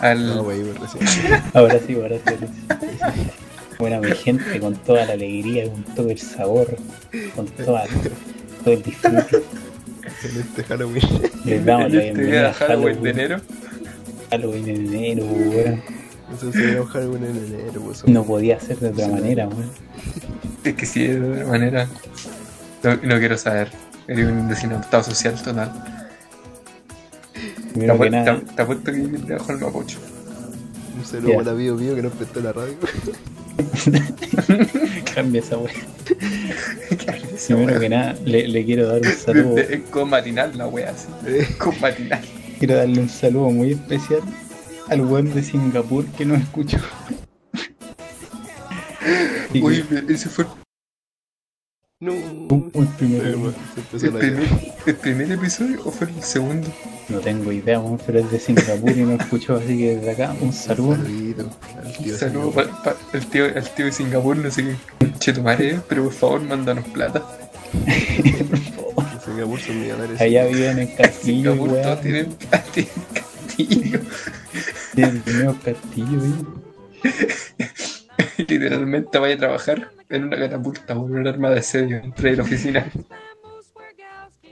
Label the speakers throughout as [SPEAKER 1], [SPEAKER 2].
[SPEAKER 1] al-
[SPEAKER 2] No, wey, verdad, sí.
[SPEAKER 3] Ahora sí, ahora sí. ahora sí. Bueno, mi gente, con toda la alegría, con todo el sabor, con toda- todo el disfrute,
[SPEAKER 2] En este Halloween.
[SPEAKER 3] les damos
[SPEAKER 1] en
[SPEAKER 3] la
[SPEAKER 1] este
[SPEAKER 3] bienvenida
[SPEAKER 1] día
[SPEAKER 3] a
[SPEAKER 1] Halloween de
[SPEAKER 3] Halloween,
[SPEAKER 1] enero.
[SPEAKER 3] Halloween en enero, weón.
[SPEAKER 2] Eso sería un Halloween en enero, pues.
[SPEAKER 3] No podía ser de otra manera, weón.
[SPEAKER 1] Es que sí, de otra manera. No, no quiero saber. Eres un desinadaptado social total. Te
[SPEAKER 3] Primero que
[SPEAKER 1] apuesto,
[SPEAKER 3] nada,
[SPEAKER 1] te- te apuesto que vives debajo del mapucho.
[SPEAKER 2] Un saludo
[SPEAKER 3] Ya.
[SPEAKER 2] para Bio Bio que nos prestó la radio.
[SPEAKER 3] cambia esa weón. Primero que nada, le, le quiero dar un saludo.
[SPEAKER 1] Es con matinal la wea así.
[SPEAKER 2] Eh,
[SPEAKER 1] Con matinal.
[SPEAKER 3] Quiero darle un saludo muy especial al weón de Singapur que nos escuchó. Y que-
[SPEAKER 1] Uy, ese fue
[SPEAKER 2] No.
[SPEAKER 3] Uh, el primero.
[SPEAKER 2] Eh, bueno, se empezó
[SPEAKER 1] el
[SPEAKER 2] la
[SPEAKER 1] primer,
[SPEAKER 2] guerra.
[SPEAKER 1] el primer episodio o fue el segundo.
[SPEAKER 3] No tengo idea, weón, pero es de Singapur y no escuchó, así que desde acá un saludo.
[SPEAKER 2] Saludito al tío
[SPEAKER 1] Saludo
[SPEAKER 2] Singapur.
[SPEAKER 1] pa- pa- el, tío, el tío de Singapur, no sé qué che tu madre, pero por favor, mándanos plata.
[SPEAKER 2] En Singapur son millonarios.
[SPEAKER 3] Allá viven en Castillo,
[SPEAKER 1] Singapur, todos
[SPEAKER 3] weón.
[SPEAKER 1] tienen plata, tienen castillo.
[SPEAKER 3] Tienen el nuevo Castillo, weón.
[SPEAKER 1] Literalmente vaya a trabajar en una catapulta con un arma de asedio entre la oficina.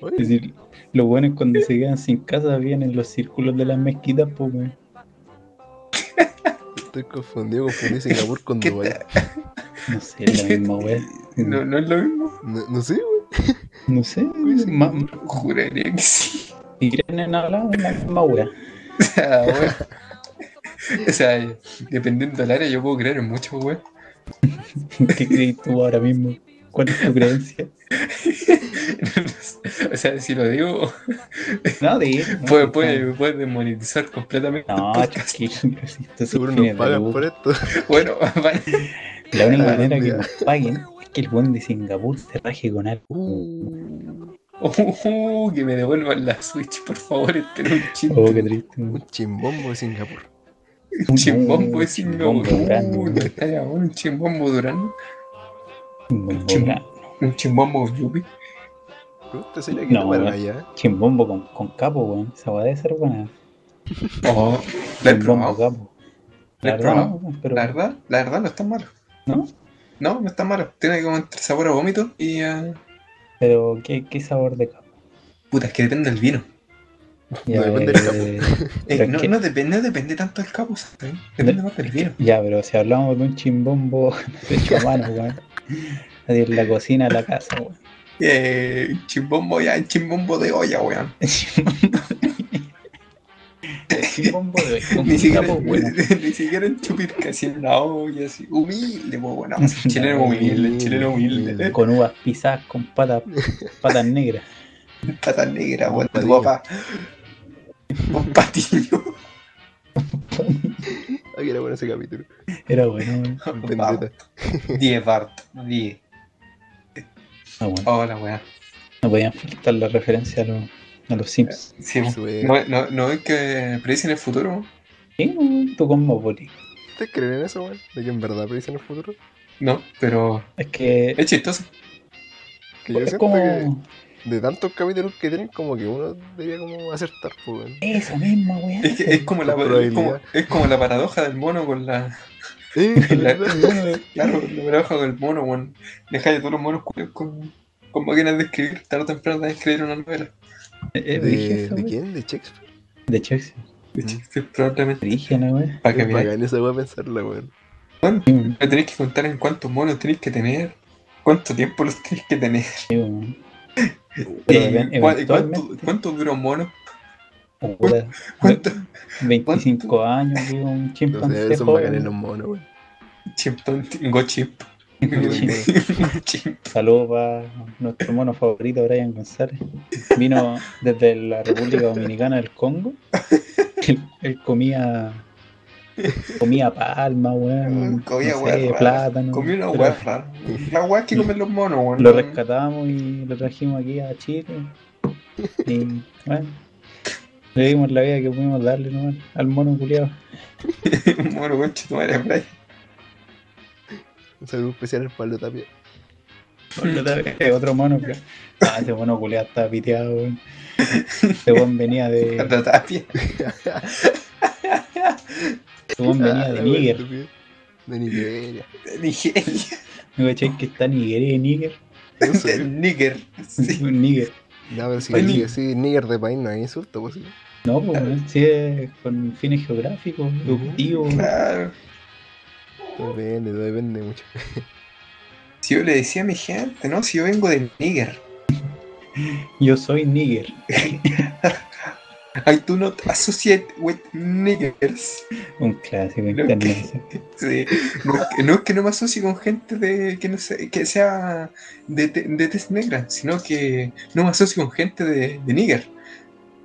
[SPEAKER 2] Oye,
[SPEAKER 3] Es decir, los buenos cuando se quedan sin casa viven en los círculos de las mezquitas, pues, weón.
[SPEAKER 2] Estoy confundido, confundí Singapur con
[SPEAKER 1] ¿Qué
[SPEAKER 2] Dubái.
[SPEAKER 3] No sé, es la misma weón.
[SPEAKER 1] No, no es lo mismo.
[SPEAKER 2] No, no sé, güey.
[SPEAKER 3] No sé, ma-
[SPEAKER 1] Mm, Juraría que sí.
[SPEAKER 3] si creen en hablar, es la misma weón.
[SPEAKER 1] O sea, weón. O sea, dependiendo del área, yo puedo creer en mucho, weón.
[SPEAKER 3] ¿Qué crees tú ahora mismo? ¿Cuál es tu creencia?
[SPEAKER 1] O sea, si lo digo,
[SPEAKER 3] No, de ir. no,
[SPEAKER 1] puede,
[SPEAKER 2] Pues,
[SPEAKER 3] no.
[SPEAKER 1] puede, puede desmonetizar completamente. el
[SPEAKER 3] No,
[SPEAKER 1] podcast.
[SPEAKER 3] chiquillo, pero si esto es
[SPEAKER 2] Seguro nos
[SPEAKER 3] fines de
[SPEAKER 2] pagan
[SPEAKER 3] lucro.
[SPEAKER 2] por esto.
[SPEAKER 1] Bueno, vaya.
[SPEAKER 3] La única
[SPEAKER 2] Ah,
[SPEAKER 3] manera que
[SPEAKER 2] mira.
[SPEAKER 3] nos paguen es que el buen de Singapur se raje con algo.
[SPEAKER 2] Uh,
[SPEAKER 1] Uh, que me devuelvan la Switch, por favor. Este era un chiste.
[SPEAKER 3] Oh, qué triste.
[SPEAKER 2] un chimbombo de Singapur.
[SPEAKER 1] un chimbombo de Singapur.
[SPEAKER 3] chimbombo grande,
[SPEAKER 1] Uh, no estaría bueno, un chimbombo durano.
[SPEAKER 3] Chimbombo
[SPEAKER 1] Chim-
[SPEAKER 3] grande.
[SPEAKER 1] Un chimbombo yupi.
[SPEAKER 2] ¿Usted sería que
[SPEAKER 3] No,
[SPEAKER 2] tomaron
[SPEAKER 3] güey.
[SPEAKER 2] allá?
[SPEAKER 3] Chimbombo con, con capo, weón. Esa weá debe ser buena.
[SPEAKER 1] Oh, la he
[SPEAKER 3] Chimbombo
[SPEAKER 1] probado.
[SPEAKER 3] capo.
[SPEAKER 1] La he
[SPEAKER 3] La verdad,
[SPEAKER 1] probado.
[SPEAKER 3] no, weón, pero
[SPEAKER 1] La verdad, la verdad no está malo.
[SPEAKER 3] ¿No?
[SPEAKER 1] No, no está malo. Tiene como entre sabor a vómito y a.
[SPEAKER 3] pero ¿qué, qué sabor de capo?
[SPEAKER 1] Puta, es que depende del vino.
[SPEAKER 3] Ya,
[SPEAKER 2] depende del capo.
[SPEAKER 1] Eh,
[SPEAKER 3] Pero es
[SPEAKER 1] no,
[SPEAKER 3] que-
[SPEAKER 1] no, depende, no depende tanto del capo, ¿sabes? Depende más del vino.
[SPEAKER 3] Ya, pero si hablamos de un chimbombo hecho a mano, weón. Así en la cocina, en la casa, weón.
[SPEAKER 1] Eh, chimbombo ya, chimbombo de olla, weón.
[SPEAKER 3] Chimbombo de con
[SPEAKER 1] Ni siquiera,
[SPEAKER 3] capo, weón.
[SPEAKER 1] ni siquiera en chupirca, así en la olla, así. Humilde, pues, bueno. Chileno humilde,
[SPEAKER 2] Humilde,
[SPEAKER 1] chileno humilde.
[SPEAKER 2] humilde.
[SPEAKER 1] eh,
[SPEAKER 3] Con uvas pisadas, con patas, patas negras.
[SPEAKER 1] Pata negra, weón. Tu
[SPEAKER 2] Patillo.
[SPEAKER 1] papá. Un patillo.
[SPEAKER 2] Ah, que era bueno ese capítulo.
[SPEAKER 3] Era bueno, weón.
[SPEAKER 2] Vendetta.
[SPEAKER 1] 10 Bart, 10.
[SPEAKER 3] Ah, bueno.
[SPEAKER 1] Hola, weón.
[SPEAKER 3] No podían faltar la referencia a, los- a los Sims.
[SPEAKER 1] Sí,
[SPEAKER 2] Por supuesto.
[SPEAKER 1] no, no, no es que predicen el futuro.
[SPEAKER 3] ¿Qué? Tu cosmopolita.
[SPEAKER 2] ¿Ustedes creen en eso, güey? ¿De que en verdad predicen el futuro?
[SPEAKER 1] No, pero
[SPEAKER 3] Es que
[SPEAKER 1] es chistoso.
[SPEAKER 2] Que yo
[SPEAKER 3] es
[SPEAKER 2] siento
[SPEAKER 3] como
[SPEAKER 2] que de tantos capítulos que tienen, como que uno debería como acertar, pues, güey.
[SPEAKER 3] esa misma weá.
[SPEAKER 1] Es, que es, como la,
[SPEAKER 2] Con
[SPEAKER 1] es, como,
[SPEAKER 2] probabilidad.
[SPEAKER 1] es como la paradoja del mono con la.
[SPEAKER 2] Eh,
[SPEAKER 1] La-
[SPEAKER 2] ¿verdad?
[SPEAKER 1] Claro, la paradoja del mono, weón. Deja de todos los monos culiados con, con máquinas de escribir. Tarde o temprano de escribir una novela.
[SPEAKER 3] Eh, eh, brígida
[SPEAKER 2] ¿De,
[SPEAKER 3] esa
[SPEAKER 2] ¿De
[SPEAKER 3] weá.
[SPEAKER 2] quién? ¿De Shakespeare?
[SPEAKER 3] De Chelsea.
[SPEAKER 1] De chiste, probablemente.
[SPEAKER 3] Brígida, weá.
[SPEAKER 1] Para que
[SPEAKER 2] Que
[SPEAKER 1] me
[SPEAKER 2] pagan esa weá pensarla, weón.
[SPEAKER 1] me tenéis que contar en cuántos monos tenéis que tener. Cuánto tiempo los tenéis que tener.
[SPEAKER 3] Sí, weón. Pero even-
[SPEAKER 1] Y cua- y cuánto,
[SPEAKER 3] eventualmente-
[SPEAKER 1] cuánto dura un mono.
[SPEAKER 3] Puta,
[SPEAKER 1] Cuánto
[SPEAKER 3] 25 años, digo, un
[SPEAKER 2] No
[SPEAKER 3] chimpancé.
[SPEAKER 2] sé, son
[SPEAKER 3] joven.
[SPEAKER 2] bacanes los monos, weón.
[SPEAKER 1] chimpón, go chimp.
[SPEAKER 3] Go
[SPEAKER 1] Go chimp.
[SPEAKER 3] Saludos para nuestro mono favorito, Brian González. Vino desde la República Dominicana del Congo. Él, él comía. Comía palma, weón.
[SPEAKER 1] Comía
[SPEAKER 3] Mm, no
[SPEAKER 1] weá
[SPEAKER 3] sé,
[SPEAKER 1] rara.
[SPEAKER 3] plátano.
[SPEAKER 1] Comí una
[SPEAKER 3] Pero
[SPEAKER 1] hueá rara. La hueá que comen los monos, weón.
[SPEAKER 3] Lo rescatamos y lo trajimos aquí a Chile. Y bueno. Le dimos la vida que pudimos darle nomás al mono culiado.
[SPEAKER 1] Un mono concha tu madre, Brian.
[SPEAKER 2] Un saludo especial al Pablo Tapia.
[SPEAKER 3] Otro mono que. Ah, ese mono culiado estaba piteado, weón. Ese weón venía de.
[SPEAKER 1] Otra tapia.
[SPEAKER 3] weón venía de
[SPEAKER 2] Ah,
[SPEAKER 3] Níger.
[SPEAKER 2] De Nigeria.
[SPEAKER 1] Nigeria.
[SPEAKER 3] Me caché que está Nigeria y Níger.
[SPEAKER 2] No sé.
[SPEAKER 1] Níger. Sí.
[SPEAKER 3] Un Níger.
[SPEAKER 2] No, pero si
[SPEAKER 1] Oye,
[SPEAKER 2] Níger,
[SPEAKER 1] ni-
[SPEAKER 2] sí, Níger de país no es insulto, pues sí.
[SPEAKER 3] No, pues, weón, sí es con fines geográficos, educativos.
[SPEAKER 1] Claro.
[SPEAKER 2] Depende, depende mucho.
[SPEAKER 1] Si yo le decía a mi gente, no, si yo vengo de Níger.
[SPEAKER 3] Yo soy Níger.
[SPEAKER 1] I do not associate with niggers.
[SPEAKER 3] Un clásico
[SPEAKER 1] Creo
[SPEAKER 3] internacional.
[SPEAKER 1] Sí. No, es que- no es que no me asocie con gente de que no sé, que sea de, te- de tez negra, sino que no me asocio con gente de, de Níger.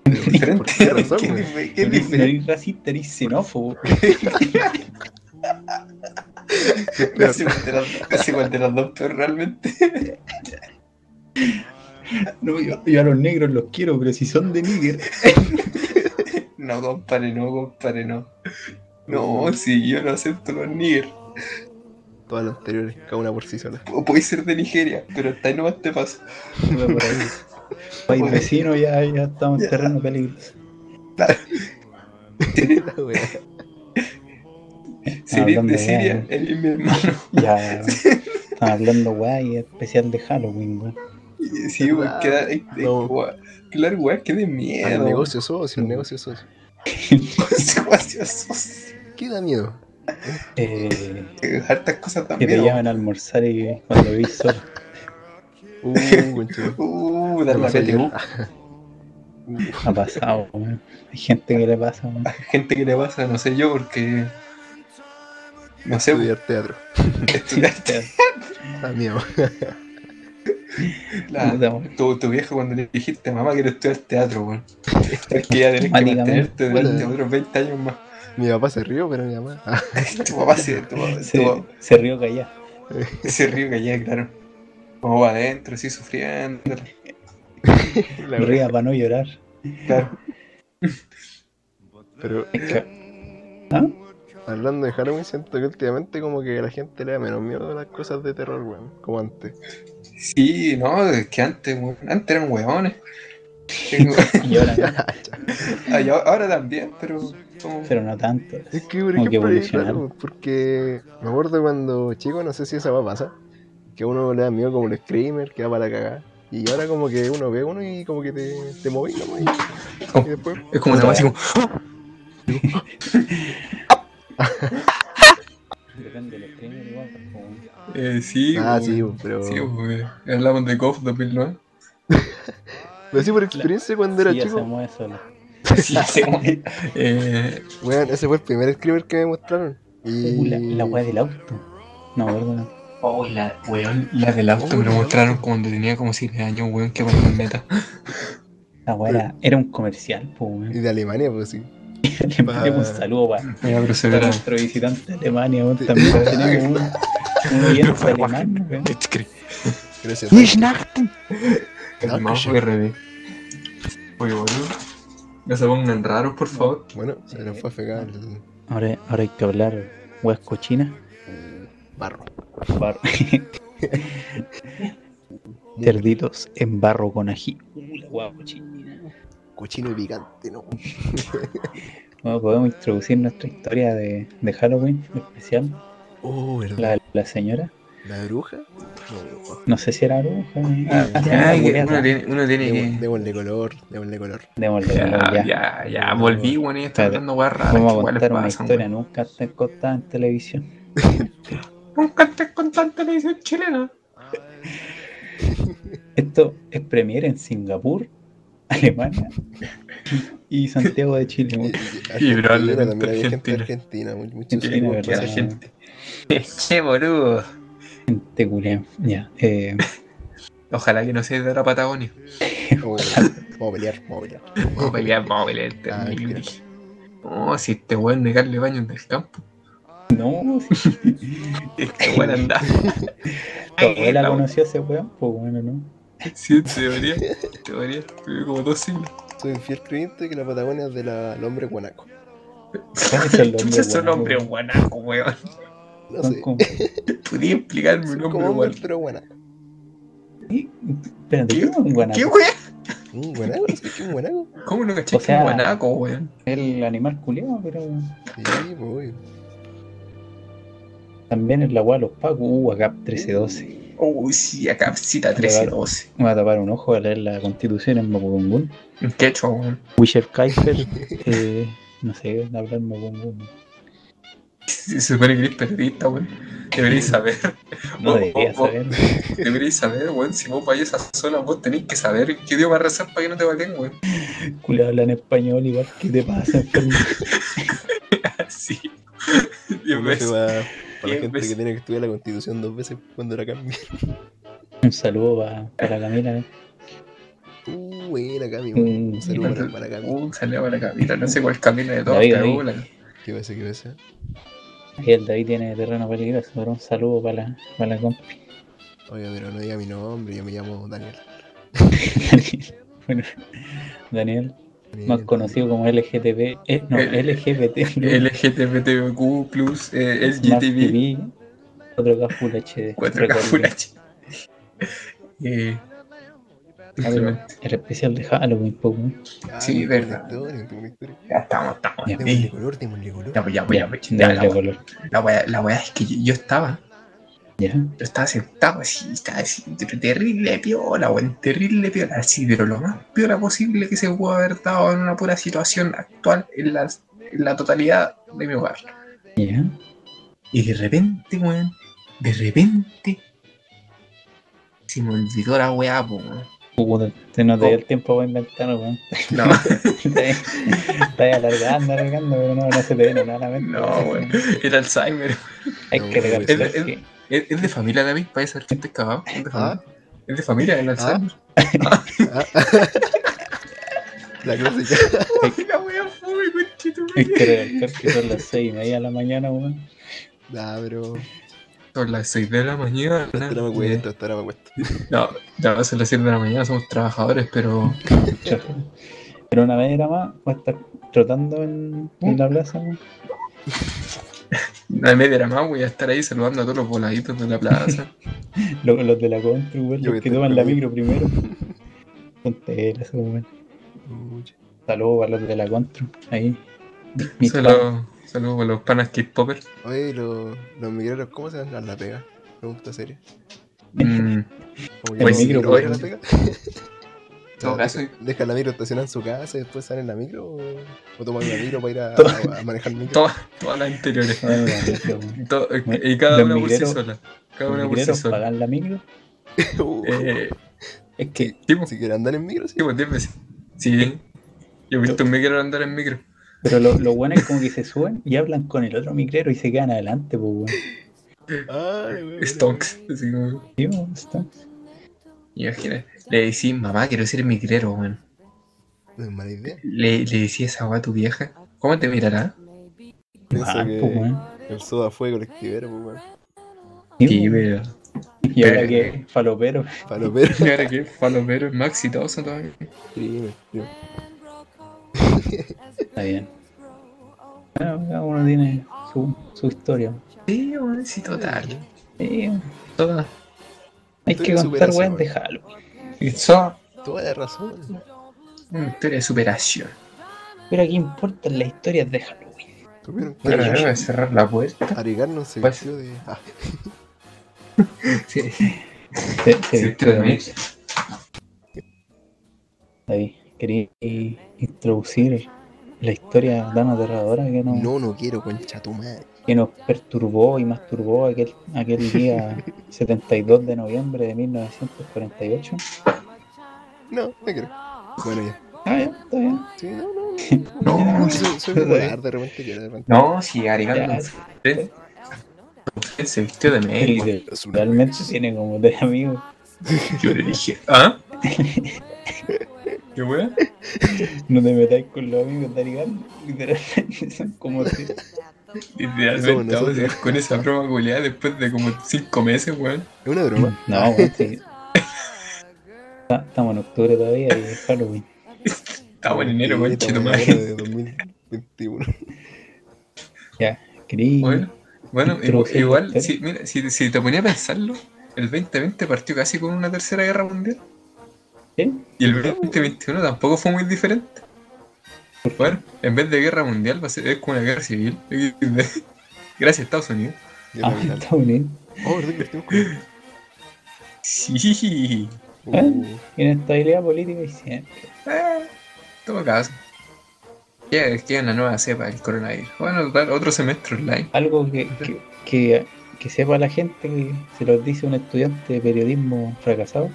[SPEAKER 2] ¿Por qué razón,
[SPEAKER 1] ¿Qué, dif-
[SPEAKER 2] güey?
[SPEAKER 1] qué
[SPEAKER 3] No eres- no
[SPEAKER 1] diferente?
[SPEAKER 3] eres racista, eres xenófobo.
[SPEAKER 1] No sé cuál de las dos- no sé cuál de las dos, pero realmente.
[SPEAKER 3] No, yo, yo a los negros los quiero, pero si son de Níger.
[SPEAKER 1] No, compadre, no, compadre, no. No, si yo no acepto los Níger.
[SPEAKER 2] Todas las anteriores, cada una por sí sola.
[SPEAKER 1] O puede ser de Nigeria, pero hasta ahí nomás te paso.
[SPEAKER 3] Va por ahí. País vecino, ya, ya estamos en terreno peligroso.
[SPEAKER 2] La wea.
[SPEAKER 1] Si eres
[SPEAKER 3] Hablando
[SPEAKER 1] de
[SPEAKER 3] de
[SPEAKER 1] Siria,
[SPEAKER 3] Ghana.
[SPEAKER 1] eres mi hermano.
[SPEAKER 3] Ya, están hablando guay, especial de Halloween, weón.
[SPEAKER 1] Y Sí, güey,
[SPEAKER 2] Verdad.
[SPEAKER 1] queda. eh, eh,
[SPEAKER 2] No.
[SPEAKER 1] gua- Claro, güey, qué de
[SPEAKER 2] Al
[SPEAKER 1] miedo.
[SPEAKER 2] negocio socio, Ah, el negocio socio.
[SPEAKER 1] Negocios.
[SPEAKER 2] ¿Qué da miedo?
[SPEAKER 3] Eh,
[SPEAKER 1] Eh, Hartas cosas
[SPEAKER 3] que te
[SPEAKER 1] también.
[SPEAKER 3] llaman a almorzar y cuando vivís solo.
[SPEAKER 2] Uh, conchetumare.
[SPEAKER 1] Uh, la
[SPEAKER 2] Demasiado
[SPEAKER 1] la-
[SPEAKER 3] Ha pasado, weón. Hay gente que le pasa, weón.
[SPEAKER 1] gente que le pasa, no sé yo, porque. No sé,
[SPEAKER 2] Estudiar teatro.
[SPEAKER 1] estudiaste.
[SPEAKER 2] Da miedo.
[SPEAKER 1] la-
[SPEAKER 3] Puta, weón.
[SPEAKER 1] tu, tu vieja cuando le dijiste, mamá, quiero estudiar teatro, weón. Es que ya tenés que
[SPEAKER 3] Automáticamente,
[SPEAKER 1] mantenerte
[SPEAKER 2] puta.
[SPEAKER 1] durante otros 20 años más.
[SPEAKER 2] Mi papá se rió, pero mi mamá. Ah,
[SPEAKER 1] Tu papá se, tu, papá-
[SPEAKER 3] Se,
[SPEAKER 1] tu papá
[SPEAKER 3] se rió callado.
[SPEAKER 1] se rió callado, claro. Como va adentro, así sufriendo.
[SPEAKER 2] la wea.
[SPEAKER 3] Ría para no llorar.
[SPEAKER 1] Claro.
[SPEAKER 2] Pero
[SPEAKER 3] Es que- ¿Ah?
[SPEAKER 2] hablando de Halloween, siento que últimamente como que a la gente le da menos miedo a las cosas de terror, weón. Como antes.
[SPEAKER 1] Sí, no, es que antes, weón, antes eran weones. Tengo-
[SPEAKER 3] Y ahora,
[SPEAKER 1] Ay, ahora- ahora también, pero como-
[SPEAKER 3] pero no tanto.
[SPEAKER 2] Es que, por
[SPEAKER 3] Como que
[SPEAKER 2] ejemplo, es
[SPEAKER 3] evolucionaron.
[SPEAKER 2] raro, porque me acuerdo cuando chico, no sé si esa va a pasar, que a uno le da miedo como el screamer, que va para la cagada. Y ahora como que uno ve uno y como que te, te moví nomás y-
[SPEAKER 3] Oh.
[SPEAKER 2] y,
[SPEAKER 1] Como-
[SPEAKER 2] después...
[SPEAKER 1] es como una
[SPEAKER 3] Puta.
[SPEAKER 1] base como.
[SPEAKER 3] Depende de los primeros, igual, pues, como-
[SPEAKER 1] Eh, sí,
[SPEAKER 2] Ah,
[SPEAKER 1] weón.
[SPEAKER 2] sí, pero...
[SPEAKER 1] Sí, weón. Hablamos de KOF 2009.
[SPEAKER 2] Pero sí, por experiencia cuando era
[SPEAKER 3] Sí, ya se
[SPEAKER 2] chico,
[SPEAKER 3] mueve solo.
[SPEAKER 1] Sí, sí, weón. Eh,
[SPEAKER 2] weón, ese fue el primer screamer que me mostraron. Y...
[SPEAKER 3] Uh, la, la weá del auto. No, ¿verdad?
[SPEAKER 1] Oh, la, weón, la del auto me lo mostraron cuando tenía como 7 años, weón, que cuando en meta.
[SPEAKER 3] La weá era, era un comercial, po,
[SPEAKER 2] y
[SPEAKER 3] weón.
[SPEAKER 2] de Alemania, pues sí.
[SPEAKER 3] Le mandemos un saludo para
[SPEAKER 1] Era
[SPEAKER 3] para
[SPEAKER 1] grosera.
[SPEAKER 3] nuestro visitante de Alemania, weón. También tenemos un, un oyente alemán, weón.
[SPEAKER 2] Gracias.
[SPEAKER 1] El mazo RB. Oye, boludo. No se pongan raros, por favor.
[SPEAKER 2] Bueno, se nos fue a fecar el
[SPEAKER 3] Ahora, ahora hay que hablar weas cochinas.
[SPEAKER 2] barro.
[SPEAKER 3] Barro. Cerditos en barro con ají. Uh, la weá cochina.
[SPEAKER 2] Cochino y picante, ¿no?
[SPEAKER 3] Bueno, podemos introducir nuestra historia de, de Halloween especial.
[SPEAKER 2] Oh, ¿verdad?
[SPEAKER 3] La, la señora.
[SPEAKER 2] ¿La bruja? No,
[SPEAKER 3] No sé si era bruja.
[SPEAKER 1] Ah,
[SPEAKER 3] Ah,
[SPEAKER 1] ya, que
[SPEAKER 3] la
[SPEAKER 1] uno
[SPEAKER 3] weá.
[SPEAKER 1] tiene, uno tiene
[SPEAKER 2] démosle,
[SPEAKER 1] que.
[SPEAKER 2] démosle color, démosle color.
[SPEAKER 3] Démosle,
[SPEAKER 1] Ya,
[SPEAKER 3] ya.
[SPEAKER 1] ya, ya, volví, weón, y está
[SPEAKER 3] Espérate.
[SPEAKER 1] hablando weas raras.
[SPEAKER 3] Vamos a
[SPEAKER 1] que igual les
[SPEAKER 3] contar una
[SPEAKER 1] pasan,
[SPEAKER 3] historia nunca antes contada en televisión.
[SPEAKER 1] weón. Nunca te con tanta televisión chilena.
[SPEAKER 3] Esto es premier en Singapur, Alemania y Santiago de Chile. güey.
[SPEAKER 1] Y probablemente
[SPEAKER 2] también había gente de Argentina, muy- muchos
[SPEAKER 3] Argentina,
[SPEAKER 2] amigos
[SPEAKER 3] ¿verdad?
[SPEAKER 2] que-
[SPEAKER 1] gente. Che, boludo.
[SPEAKER 3] Gente este culiao. Ya. eh,
[SPEAKER 1] Ojalá que no sea de la Patagonia.
[SPEAKER 2] Oh, Vamos a pelear, vamos a pelear.
[SPEAKER 1] Vamos a pelear, vamos a pelear.
[SPEAKER 2] Ah,
[SPEAKER 1] terrible.
[SPEAKER 2] mentira.
[SPEAKER 1] No, si este weón negarle baños del campo.
[SPEAKER 3] no, si
[SPEAKER 1] Este weón anda.
[SPEAKER 3] tu abuela conoció a ese weón, pues bueno, no.
[SPEAKER 1] Sí, en teoría. En teoría. Tuve como dos siglos.
[SPEAKER 2] Soy un fiel creyente que la Patagonia es del hombre guanaco.
[SPEAKER 3] ¿Cuáles son los
[SPEAKER 1] Chucha, son
[SPEAKER 3] hombres
[SPEAKER 1] hombres guanaco, weón.
[SPEAKER 2] No
[SPEAKER 3] Son
[SPEAKER 2] sé,
[SPEAKER 3] como-
[SPEAKER 1] ¿Podría explicarme
[SPEAKER 2] son
[SPEAKER 1] un
[SPEAKER 2] como
[SPEAKER 1] hombre
[SPEAKER 2] hombres,
[SPEAKER 1] guanaco?
[SPEAKER 2] pero guanaco.
[SPEAKER 3] Espérate, ¿qué es un guanaco?
[SPEAKER 1] ¿Qué weón?
[SPEAKER 2] Un guanaco, ¿sabes qué es un guanaco?
[SPEAKER 1] ¿Cómo no caché
[SPEAKER 3] O sea-
[SPEAKER 1] que un guanaco, weón?
[SPEAKER 3] El animal culiado, pero
[SPEAKER 2] Sí, pues.
[SPEAKER 3] también es la weá de los pacos. Uh, acá 1312.
[SPEAKER 1] Uy, sí, acá cita 1312.
[SPEAKER 3] Me va a tapar un ojo a leer la constitución en Mapudungun.
[SPEAKER 1] Un quechua, weón.
[SPEAKER 3] Wisher Kaiser, eh, no sé, hablar Mapudungun.
[SPEAKER 1] Se supone que eres periodista, weón. Deberíais saber.
[SPEAKER 3] No
[SPEAKER 1] Vos-
[SPEAKER 3] debería
[SPEAKER 1] vos-
[SPEAKER 3] saber.
[SPEAKER 1] Deberíais saber, weón. Si vos vais a esa zona, vos tenéis que saber qué idioma rezar para que no te valen, weón.
[SPEAKER 3] Culiado habla en español igual. ¿Qué te pasa, enfermo?
[SPEAKER 1] Sí. Diez
[SPEAKER 2] Uno se
[SPEAKER 1] veces.
[SPEAKER 2] va para la
[SPEAKER 1] Diez
[SPEAKER 2] gente que
[SPEAKER 1] veces.
[SPEAKER 2] tiene que estudiar la constitución dos veces cuando la cambia.
[SPEAKER 3] Un saludo pa- para Camila. eh.
[SPEAKER 2] Uh, buena Cami,
[SPEAKER 3] Mm,
[SPEAKER 2] Un saludo para, para Cami.
[SPEAKER 1] Uh, salió para acá. Mira, no sé cuál camino de todas,
[SPEAKER 3] David,
[SPEAKER 1] pero
[SPEAKER 3] David.
[SPEAKER 1] hola.
[SPEAKER 2] ¿Qué pasa, qué pasa?
[SPEAKER 3] Y el David tiene terreno peligroso, pero un saludo para la, para la compi.
[SPEAKER 2] Oiga, pero no diga mi nombre, yo me llamo Daniel.
[SPEAKER 3] Daniel. Bueno, Daniel, más conocido como LGTB. eh, no,
[SPEAKER 1] Eh,
[SPEAKER 3] LGBT.
[SPEAKER 1] LGTBTQ plus eh,
[SPEAKER 3] Smart
[SPEAKER 1] LGTB
[SPEAKER 3] TV, 4K Full HD.
[SPEAKER 1] 4K
[SPEAKER 3] Recuerden,
[SPEAKER 1] Full H. Eh,
[SPEAKER 3] algo- El especial de Halloween, po, weón.
[SPEAKER 1] sí, verdad. ya estamos, estamos.
[SPEAKER 3] Ya,
[SPEAKER 2] Démosle
[SPEAKER 1] Eh,
[SPEAKER 2] color, démosle color.
[SPEAKER 1] Ya, pues, ya, pues, ya, pues, ya,
[SPEAKER 3] Démosle
[SPEAKER 1] la wea-
[SPEAKER 3] color.
[SPEAKER 1] la wea- La weá es que yo, yo estaba,
[SPEAKER 3] Ya.
[SPEAKER 1] yo estaba sentado así, estaba así, pero terrible piola, weón, terrible piola, así, pero lo más piola posible que se pudo haber dado en una pura situación actual en, las, en la totalidad de mi hogar.
[SPEAKER 3] Ya.
[SPEAKER 1] Y de repente, weón, de repente, se me olvidó la weá, po, weón.
[SPEAKER 3] Puta, te- no
[SPEAKER 1] Oh.
[SPEAKER 3] te dio el tiempo para inventarlo, weón.
[SPEAKER 1] No,
[SPEAKER 3] Estás alargando, alargando, pero no, no se te viene nada a la mente.
[SPEAKER 1] no, weón, era Alzheimer.
[SPEAKER 3] Hay
[SPEAKER 2] No,
[SPEAKER 3] que
[SPEAKER 2] weón.
[SPEAKER 3] recalcar
[SPEAKER 1] Es- es-
[SPEAKER 3] que-
[SPEAKER 1] ¿Es, es de familia, David? ¿Para ser gente cagada? ¿Es de
[SPEAKER 2] Ah.
[SPEAKER 1] familia? ¿Es de familia el Alzheimer?
[SPEAKER 2] Ah. la clásica.
[SPEAKER 1] La wea fue, conchito,
[SPEAKER 3] hay que recalcar que son las seis y media de la mañana, weón.
[SPEAKER 2] Nah, pero.
[SPEAKER 1] Son las 6 de la mañana.
[SPEAKER 2] Hasta ahora me acuesto, hasta ahora me acuesto.
[SPEAKER 1] No, ya son las 7 de la mañana, somos trabajadores, pero.
[SPEAKER 3] Pero una vez era más, va a estar trotando en, en la plaza, weón.
[SPEAKER 1] Una media era más, voy a estar ahí saludando a todos los voladitos de la plaza.
[SPEAKER 3] Los, los de la country, weón,
[SPEAKER 2] Yo
[SPEAKER 3] los
[SPEAKER 2] que
[SPEAKER 3] que
[SPEAKER 2] te
[SPEAKER 3] toman la
[SPEAKER 2] pregunto.
[SPEAKER 3] micro primero. Tonteras, weón.
[SPEAKER 2] Pucha.
[SPEAKER 3] Saludos a los de la country, ahí. Mis panas.
[SPEAKER 1] Saludos saludos a los panas K-Popper.
[SPEAKER 2] Oye, los, los migreros, ¿cómo se llaman? La pega. Me gusta serio.
[SPEAKER 1] Mm, El
[SPEAKER 2] Como no-
[SPEAKER 1] micro,
[SPEAKER 2] no
[SPEAKER 1] pues.
[SPEAKER 2] van a la pega. O sea,
[SPEAKER 1] todo caso,
[SPEAKER 2] deja- Deja la micro estacionada en su casa y después sale en la micro o, o toman una micro para ir a, a- a manejar el micro.
[SPEAKER 1] todas todas las anteriores.
[SPEAKER 3] Bueno, la micro, weón.
[SPEAKER 1] To- eh, y cada
[SPEAKER 3] Los
[SPEAKER 1] una por sí
[SPEAKER 3] migreros-
[SPEAKER 1] sola. Cada
[SPEAKER 3] Los
[SPEAKER 1] una por sí
[SPEAKER 3] micreros
[SPEAKER 1] sola.
[SPEAKER 3] pagan la micro.
[SPEAKER 2] Uh,
[SPEAKER 1] Eh,
[SPEAKER 3] Es que
[SPEAKER 1] sí, pues,
[SPEAKER 2] si quieren andar en micro, sí.
[SPEAKER 1] sí, pues, 10 veces. Sí, yo he visto un micro andar en micro.
[SPEAKER 3] Pero lo, lo bueno es como que se suben y hablan con el otro micrero y se quedan adelante, pues, weón.
[SPEAKER 2] Ay, güey,
[SPEAKER 1] Stonks. Así como.
[SPEAKER 3] Sí, weón, está.
[SPEAKER 1] Imagina, le decís, mamá, quiero ser migrero, weón.
[SPEAKER 2] No es mala idea.
[SPEAKER 1] Le, le decís esa weá a tu vieja, ¿cómo te mirará? Ah,
[SPEAKER 2] Pienso
[SPEAKER 3] Mal,
[SPEAKER 2] que
[SPEAKER 3] pues, weón.
[SPEAKER 2] el soda fue colectivero, pues, weón.
[SPEAKER 3] Sí,
[SPEAKER 1] Sí,
[SPEAKER 3] weón.
[SPEAKER 1] pero.
[SPEAKER 3] Y ahora
[SPEAKER 1] eh,
[SPEAKER 3] que falopero.
[SPEAKER 2] Palopero.
[SPEAKER 1] Y ahora que Palomero es más exitoso todavía.
[SPEAKER 2] Crimen, crimen.
[SPEAKER 3] Está bien. Bueno, cada uno tiene su, su historia.
[SPEAKER 1] Sí, weón, sí, total.
[SPEAKER 3] Sí, weón.
[SPEAKER 1] Toda.
[SPEAKER 3] hay
[SPEAKER 2] Historia
[SPEAKER 3] que
[SPEAKER 2] de
[SPEAKER 3] contar,
[SPEAKER 2] superación,
[SPEAKER 3] weón,
[SPEAKER 2] weón.
[SPEAKER 3] de Halloween.
[SPEAKER 1] Eso,
[SPEAKER 2] Toda la razón.
[SPEAKER 1] una historia de mm, superación.
[SPEAKER 3] Pero aquí importan las historias de Halloween.
[SPEAKER 2] Tuvieron que
[SPEAKER 1] Pero debo de cerrar la puerta.
[SPEAKER 2] Arriesgarnos se
[SPEAKER 1] Pues-
[SPEAKER 2] vistió de. Ah,
[SPEAKER 1] Sí,
[SPEAKER 3] Se, se
[SPEAKER 1] sí,
[SPEAKER 3] vistió de
[SPEAKER 1] también.
[SPEAKER 3] mí. David, quería introducir la historia tan aterradora que no.
[SPEAKER 2] no, no quiero, concha tu madre.
[SPEAKER 3] que nos perturbó y masturbó aquel, aquel día 72 de noviembre de 1948.
[SPEAKER 2] No, no quiero. Bueno, ya.
[SPEAKER 3] Ah, ya, está bien.
[SPEAKER 2] Sí, no, no, no.
[SPEAKER 1] No, sí.
[SPEAKER 2] Soy, soy bipolar, de repente quiero, de repente.
[SPEAKER 1] No, si Arigato
[SPEAKER 3] Ya,
[SPEAKER 1] usted, usted se vistió de
[SPEAKER 3] Él
[SPEAKER 1] médico.
[SPEAKER 3] de- realmente tiene como tres amigos.
[SPEAKER 1] Yo le dije, ¿ah? ¿Qué weón?
[SPEAKER 3] No te metáis con los amigos de Arigán. Literalmente son como tres.
[SPEAKER 2] Somos
[SPEAKER 1] Literalmente,
[SPEAKER 2] nosotros.
[SPEAKER 1] vamos a- con esa broma culiada después de como 5 meses, weón.
[SPEAKER 2] Es una broma.
[SPEAKER 3] No, weón, sí. Ta- Estamos en octubre todavía y es Halloween.
[SPEAKER 1] Estamos en enero,
[SPEAKER 2] Sí,
[SPEAKER 1] weón,
[SPEAKER 2] estamos
[SPEAKER 1] chito
[SPEAKER 2] en
[SPEAKER 1] madre.
[SPEAKER 2] enero de 2021.
[SPEAKER 3] Ya, querí.
[SPEAKER 1] Bueno, bueno
[SPEAKER 3] Pero,
[SPEAKER 1] igu- igual,
[SPEAKER 3] ¿eh?
[SPEAKER 1] si, mira, si, si te ponía a pensarlo, el 2020 partió casi con una tercera guerra mundial.
[SPEAKER 3] ¿Eh?
[SPEAKER 1] Y el 2021 tampoco fue muy diferente. Bueno, en vez de guerra mundial, va a ser es como una guerra civil. Gracias, Estados Unidos.
[SPEAKER 2] Ya
[SPEAKER 3] Ah,
[SPEAKER 2] me encanta.
[SPEAKER 3] Estados Unidos.
[SPEAKER 2] Oh, ¿verdad que los tengo que-
[SPEAKER 1] Sí.
[SPEAKER 2] Uh,
[SPEAKER 3] Inestabilidad política y siempre.
[SPEAKER 1] Eh, todo caso. Queda, queda una nueva cepa del coronavirus. Bueno, dar otro semestre online.
[SPEAKER 3] Algo que, que, que, que sepa la gente, que se los dice un estudiante de periodismo fracasado.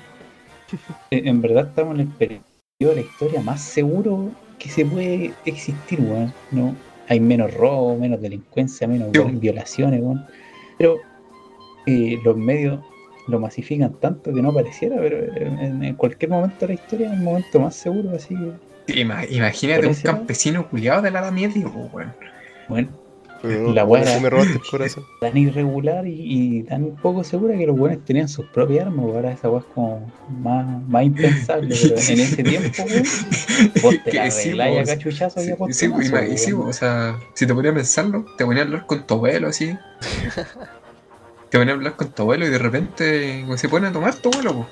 [SPEAKER 3] Eh, En verdad estamos en el periodo de la historia más seguro que se puede existir, weón. ¿no? Hay menos robo, menos delincuencia, menos
[SPEAKER 1] Sí.
[SPEAKER 3] weón, violaciones, weón. Pero eh, los medios lo masifican tanto que no pareciera, pero eh, en, en cualquier momento de la historia es el momento más seguro, así que,
[SPEAKER 1] Ima- imagínate un
[SPEAKER 3] Parece-
[SPEAKER 1] campesino culiado de la edad media, po, weón.
[SPEAKER 3] bueno,
[SPEAKER 2] pero no,
[SPEAKER 3] La buena.
[SPEAKER 2] tú me robaste el corazón.
[SPEAKER 3] tan irregular y, y tan poco segura que los buenos tenían sus propias armas. weón. Ahora esa weá es como más, más impensable, pero en ese tiempo, weón, vos te la
[SPEAKER 1] Que sí,
[SPEAKER 3] arreglás y
[SPEAKER 1] po,
[SPEAKER 3] acá chuchazo y
[SPEAKER 1] Sí,
[SPEAKER 3] a
[SPEAKER 1] sí, po, ima- y sí, po, o sea, si te ponías a pensarlo, te ponías a hablar con tu abuelo así. te ponías a hablar con tu abuelo y de repente como se pone a tomar tu abuelo, po.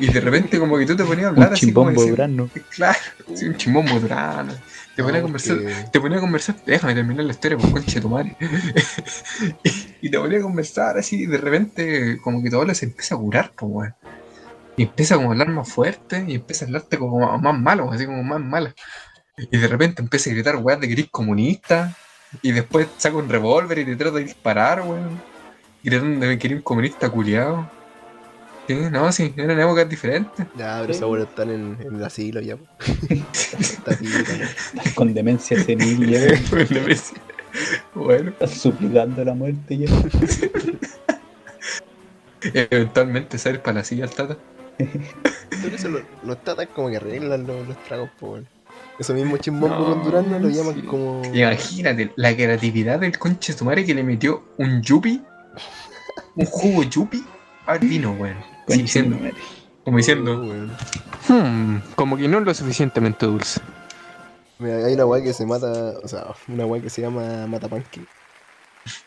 [SPEAKER 1] Y de repente como que tú te ponías a hablar así pues, como
[SPEAKER 3] de
[SPEAKER 1] diciendo-
[SPEAKER 3] grano.
[SPEAKER 1] Claro, sí, un chimbón durano. Te ponías a
[SPEAKER 2] Oh,
[SPEAKER 1] conversar
[SPEAKER 2] Porque-
[SPEAKER 1] te ponía a conversar, déjame terminar la historia, por conche tu madre. y te ponía a conversar así, y de repente, como que tu abuelo se empieza a curar, pues, weón. Y empieza como a hablar más fuerte, y empieza a hablarte como ma- más malo, así como más mala. Y de repente empieza a gritar, weón, de gris comunista. Y después saca un revólver y te trata de disparar, weón. Gritando de que era un comunista culiado. Sí, no, sí, eran épocas diferentes.
[SPEAKER 2] Ya, pero esos abuelos están en, en el asilo ya. po. Está pillita, ¿no?
[SPEAKER 3] Con demencia senil, ya, weón.
[SPEAKER 1] bueno.
[SPEAKER 3] Están suplicando la muerte ya.
[SPEAKER 1] Eventualmente sales para la silla al tata.
[SPEAKER 2] Pero eso lo, los tatas como que arreglan los, los tragos, po, weón. Eso mismo chimbombo
[SPEAKER 1] No,
[SPEAKER 2] con Durano lo llaman
[SPEAKER 1] sí.
[SPEAKER 2] como.
[SPEAKER 1] Imagínate la creatividad del conche de tu madre que le metió un yupi, un jugo yupi al vino, weón. Así diciendo,
[SPEAKER 3] Conchetumare.
[SPEAKER 1] como diciendo,
[SPEAKER 2] Oh, weón.
[SPEAKER 1] "Hmm, como que no es lo suficientemente dulce.
[SPEAKER 2] Mira, hay una weá que se mata. O sea, una weá que se llama Matapanqui.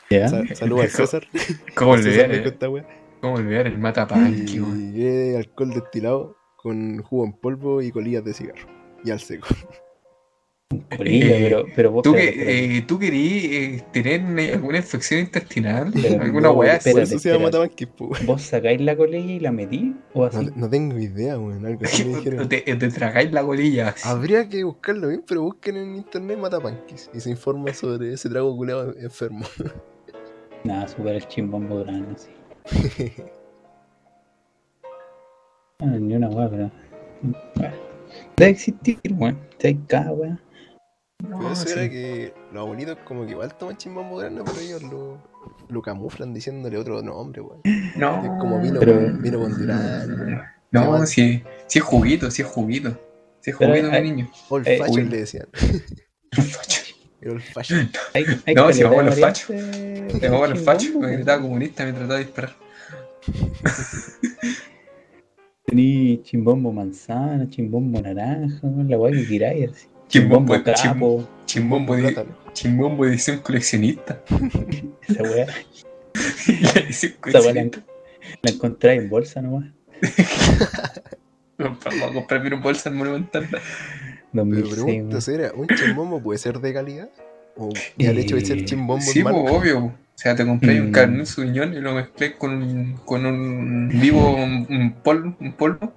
[SPEAKER 3] Ya.
[SPEAKER 2] Sa- Saludos al César.
[SPEAKER 1] ¿Cómo
[SPEAKER 2] Al César
[SPEAKER 1] olvidar,
[SPEAKER 2] le dijo
[SPEAKER 1] eh?
[SPEAKER 2] esta weá.
[SPEAKER 1] ¿Cómo olvidar el matapanqui, weón?
[SPEAKER 2] Y eh, alcohol destilado con jugo en polvo y colillas de cigarro. Y al seco.
[SPEAKER 3] Colilla,
[SPEAKER 1] Eh,
[SPEAKER 3] pero, pero vos
[SPEAKER 1] ¿Tú,
[SPEAKER 3] espérate,
[SPEAKER 1] que,
[SPEAKER 3] espérate.
[SPEAKER 1] eh, ¿Tú querías eh, tener eh, alguna infección intestinal?
[SPEAKER 3] Pero
[SPEAKER 1] ¿Alguna
[SPEAKER 2] no,
[SPEAKER 1] weá
[SPEAKER 2] Por
[SPEAKER 1] así?
[SPEAKER 3] espérate,
[SPEAKER 2] eso se llama
[SPEAKER 3] espérate.
[SPEAKER 2] Matapanqui, po, weón.
[SPEAKER 3] ¿Vos sacáis la colilla y la metís? ¿O
[SPEAKER 2] No,
[SPEAKER 3] así?
[SPEAKER 2] no tengo idea, weón. Algo así me dijeron. Ah,
[SPEAKER 1] Te, te tragáis la colilla.
[SPEAKER 2] Habría que buscarlo bien, pero busquen en internet Matapanquis y se informa sobre ese trago culeado enfermo.
[SPEAKER 3] Nada, super el chimbón grano, así. Ah, ni una weá, pero. Bueno, Debe existir, weón. Si hay cada weá.
[SPEAKER 2] Pero
[SPEAKER 1] No,
[SPEAKER 2] eso
[SPEAKER 1] sí.
[SPEAKER 2] era que los abuelitos como que igual toman chimbambo grande, pero ellos lo, lo camuflan diciéndole otro nombre, weón.
[SPEAKER 1] No,
[SPEAKER 2] Es como vino,
[SPEAKER 3] pero-
[SPEAKER 2] con- vino con Durán.
[SPEAKER 1] No, sí, sí es juguito, sí es juguito. Sí es
[SPEAKER 3] Pero
[SPEAKER 1] juguito, mi
[SPEAKER 3] hay-
[SPEAKER 1] niño.
[SPEAKER 2] Old
[SPEAKER 3] Eh,
[SPEAKER 2] fashion
[SPEAKER 1] uy.
[SPEAKER 2] le decían. Era old fashion.
[SPEAKER 3] Hay, hay
[SPEAKER 1] No,
[SPEAKER 3] caleta
[SPEAKER 1] si vamos a los
[SPEAKER 3] de
[SPEAKER 1] fachos.
[SPEAKER 3] variantes
[SPEAKER 1] Te acabo el
[SPEAKER 3] chimbombo,
[SPEAKER 1] facho, me
[SPEAKER 3] weón.
[SPEAKER 1] gritaba comunista me trataba de disparar.
[SPEAKER 3] Tení chimbombo manzana, chimbombo naranja, weón, la weá que queráis, así.
[SPEAKER 1] Chimbombo-
[SPEAKER 3] Chimbombo capo,
[SPEAKER 1] Chimbombo,
[SPEAKER 2] Con
[SPEAKER 1] de-
[SPEAKER 2] plátano.
[SPEAKER 1] chimbombo edición coleccionista.
[SPEAKER 3] esa weá.
[SPEAKER 1] La edición
[SPEAKER 3] Esa weá la,
[SPEAKER 1] coleccionista.
[SPEAKER 3] la encontráis en bolsa nomás.
[SPEAKER 1] Vamos a comprarme un bolsa al monumental.
[SPEAKER 2] Pero
[SPEAKER 3] 2006, weón.
[SPEAKER 2] pregunta seria, ¿un chimbombo puede ser de calidad? ¿O ya el hecho de ser
[SPEAKER 3] Eh,
[SPEAKER 2] chimbombo
[SPEAKER 1] Sí,
[SPEAKER 2] es
[SPEAKER 1] pues,
[SPEAKER 2] malo?
[SPEAKER 1] obvio. po. O sea, te compré un
[SPEAKER 3] Mm.
[SPEAKER 1] carnet suñón y lo mezclé con un, con un vivo, un polvo, un polvo.